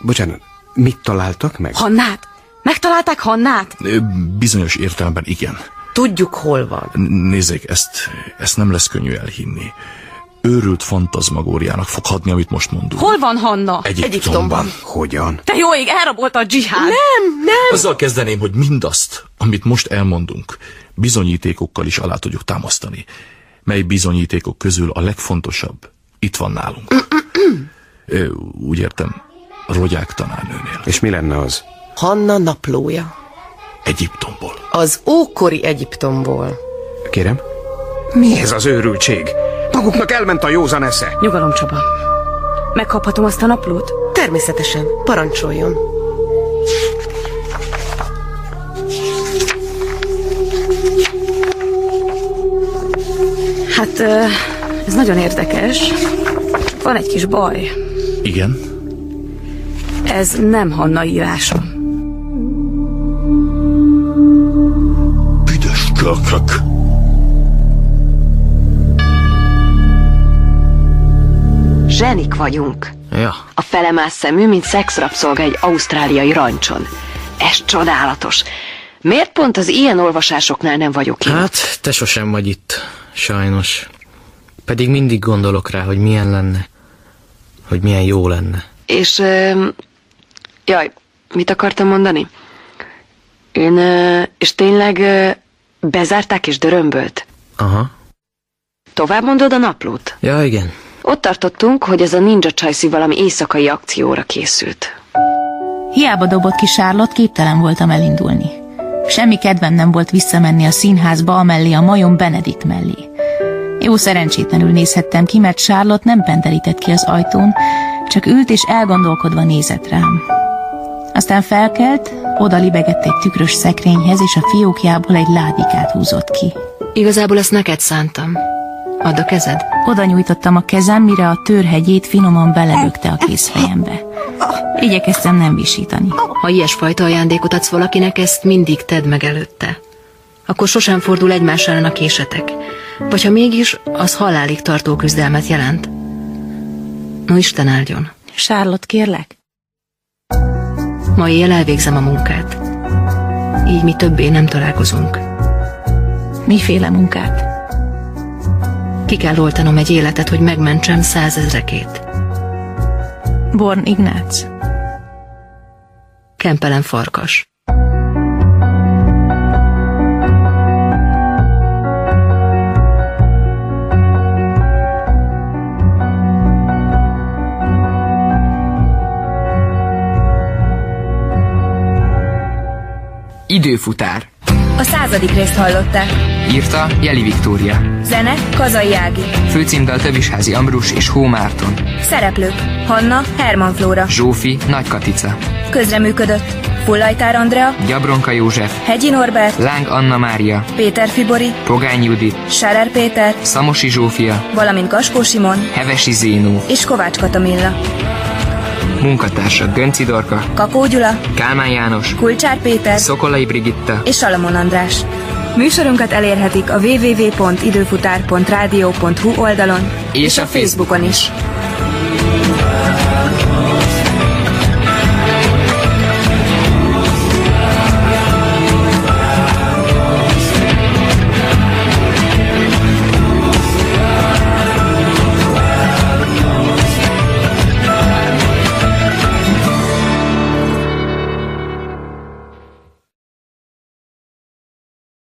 Speaker 11: bocsánat, mit találtak meg?
Speaker 16: Hannát? Megtalálták Hannát?
Speaker 10: Ö, Bizonyos értelemben igen.
Speaker 13: Tudjuk, hol van.
Speaker 10: Nézzék, ezt, ezt nem lesz könnyű elhinni. Őrült fantazmagóriának fog hadni, amit most mondunk.
Speaker 16: Hol van Hanna?
Speaker 10: Hogyan?
Speaker 16: Te jó ég, elrabolta a dzsihád. Nem, nem.
Speaker 10: Azzal kezdeném, hogy mindazt, amit most elmondunk, bizonyítékokkal is alá tudjuk támasztani. Mely bizonyítékok közül a legfontosabb itt van nálunk. Ö, Úgy értem, Rogyák tanárnőnél.
Speaker 11: És mi lenne az?
Speaker 13: Hanna naplója.
Speaker 10: Egyiptomból.
Speaker 13: Az ókori Egyiptomból.
Speaker 11: Kérem? Mi ez az őrültség? Maguknak elment a józan esze.
Speaker 16: Nyugalom, Csaba. Megkaphatom azt a naplót?
Speaker 13: Természetesen. Parancsoljon.
Speaker 16: Hát, ö, ez nagyon érdekes. Van egy kis baj.
Speaker 10: Igen?
Speaker 16: Ez nem Hanna írása.
Speaker 10: Büdös kölkök!
Speaker 2: Zsenik vagyunk.
Speaker 5: Ja,
Speaker 2: A felemás szemű, mint szexrabszolga egy ausztráliai rancson. Ez csodálatos. Miért pont az ilyen olvasásoknál nem vagyok én?
Speaker 5: hát te sosem vagy itt, sajnos. Pedig mindig gondolok rá, hogy milyen lenne, hogy milyen jó lenne.
Speaker 2: És, ö, jaj, mit akartam mondani? Ön, ö, és tényleg ö, bezárták és dörömbölt?
Speaker 5: Aha.
Speaker 2: Tovább mondod a naplót?
Speaker 5: Ja, igen.
Speaker 2: Ott tartottunk, hogy ez a ninja csajszi valami éjszakai akcióra készült.
Speaker 16: Hiába dobott ki Sárlott, képtelen voltam elindulni. Semmi kedvem nem volt visszamenni a színházba, amellé a majom Benedikt mellé. Jó szerencsétlenül nézhettem ki, mert Sárlott nem penderített ki az ajtón, csak ült és elgondolkodva nézett rám. Aztán felkelt, oda libegett egy tükrös szekrényhez, és a fiókjából egy ládikát húzott ki.
Speaker 15: Igazából ezt neked szántam. Add a kezed.
Speaker 16: Oda nyújtottam a kezem, mire a törhegyét finoman belebökte a kézfejembe. Igyekeztem nem visítani.
Speaker 15: Ha ilyesfajta ajándékot adsz valakinek, ezt mindig tedd meg előtte. Akkor sosem fordul egymás ellen a késetek. Vagy ha mégis, az halálig tartó küzdelmet jelent. No Isten áldjon.
Speaker 16: Sárlott, kérlek?
Speaker 15: Ma éjjel elvégzem a munkát. Így mi többé nem találkozunk.
Speaker 16: Miféle munkát?
Speaker 15: Ki kell oltanom egy életet, hogy megmentsem százezrekét.
Speaker 16: Born Ignác.
Speaker 15: Kempelen farkas.
Speaker 30: Időfutár.
Speaker 22: A századik részt hallották.
Speaker 30: Írta Jeli Viktória.
Speaker 22: Zene Kazai Ági.
Speaker 30: Főcímdal Tövisházi Ambrus és Hó Márton.
Speaker 22: Szereplők Hanna Herman Flóra.
Speaker 30: Zsófi Nagy Katica.
Speaker 22: Közreműködött Fullajtár Andrea.
Speaker 30: Gyabronka József.
Speaker 22: Hegyi Norbert.
Speaker 30: Láng Anna Mária.
Speaker 22: Péter Fibori.
Speaker 30: Pogány Judit.
Speaker 22: Sárer Péter.
Speaker 30: Szamosi Zsófia.
Speaker 22: Valamint Gaskó Simon.
Speaker 30: Hevesi Zénó.
Speaker 22: És Kovács Katamilla.
Speaker 30: Munkatársak Gönci Dorka.
Speaker 22: Kakó Gyula.
Speaker 30: Kálmán János.
Speaker 22: Kulcsár Péter.
Speaker 30: Szokolai Brigitta.
Speaker 22: És Salamon András. Műsorunkat elérhetik a www.időfutár.rádió.hu oldalon
Speaker 30: és, és a Facebookon
Speaker 22: is.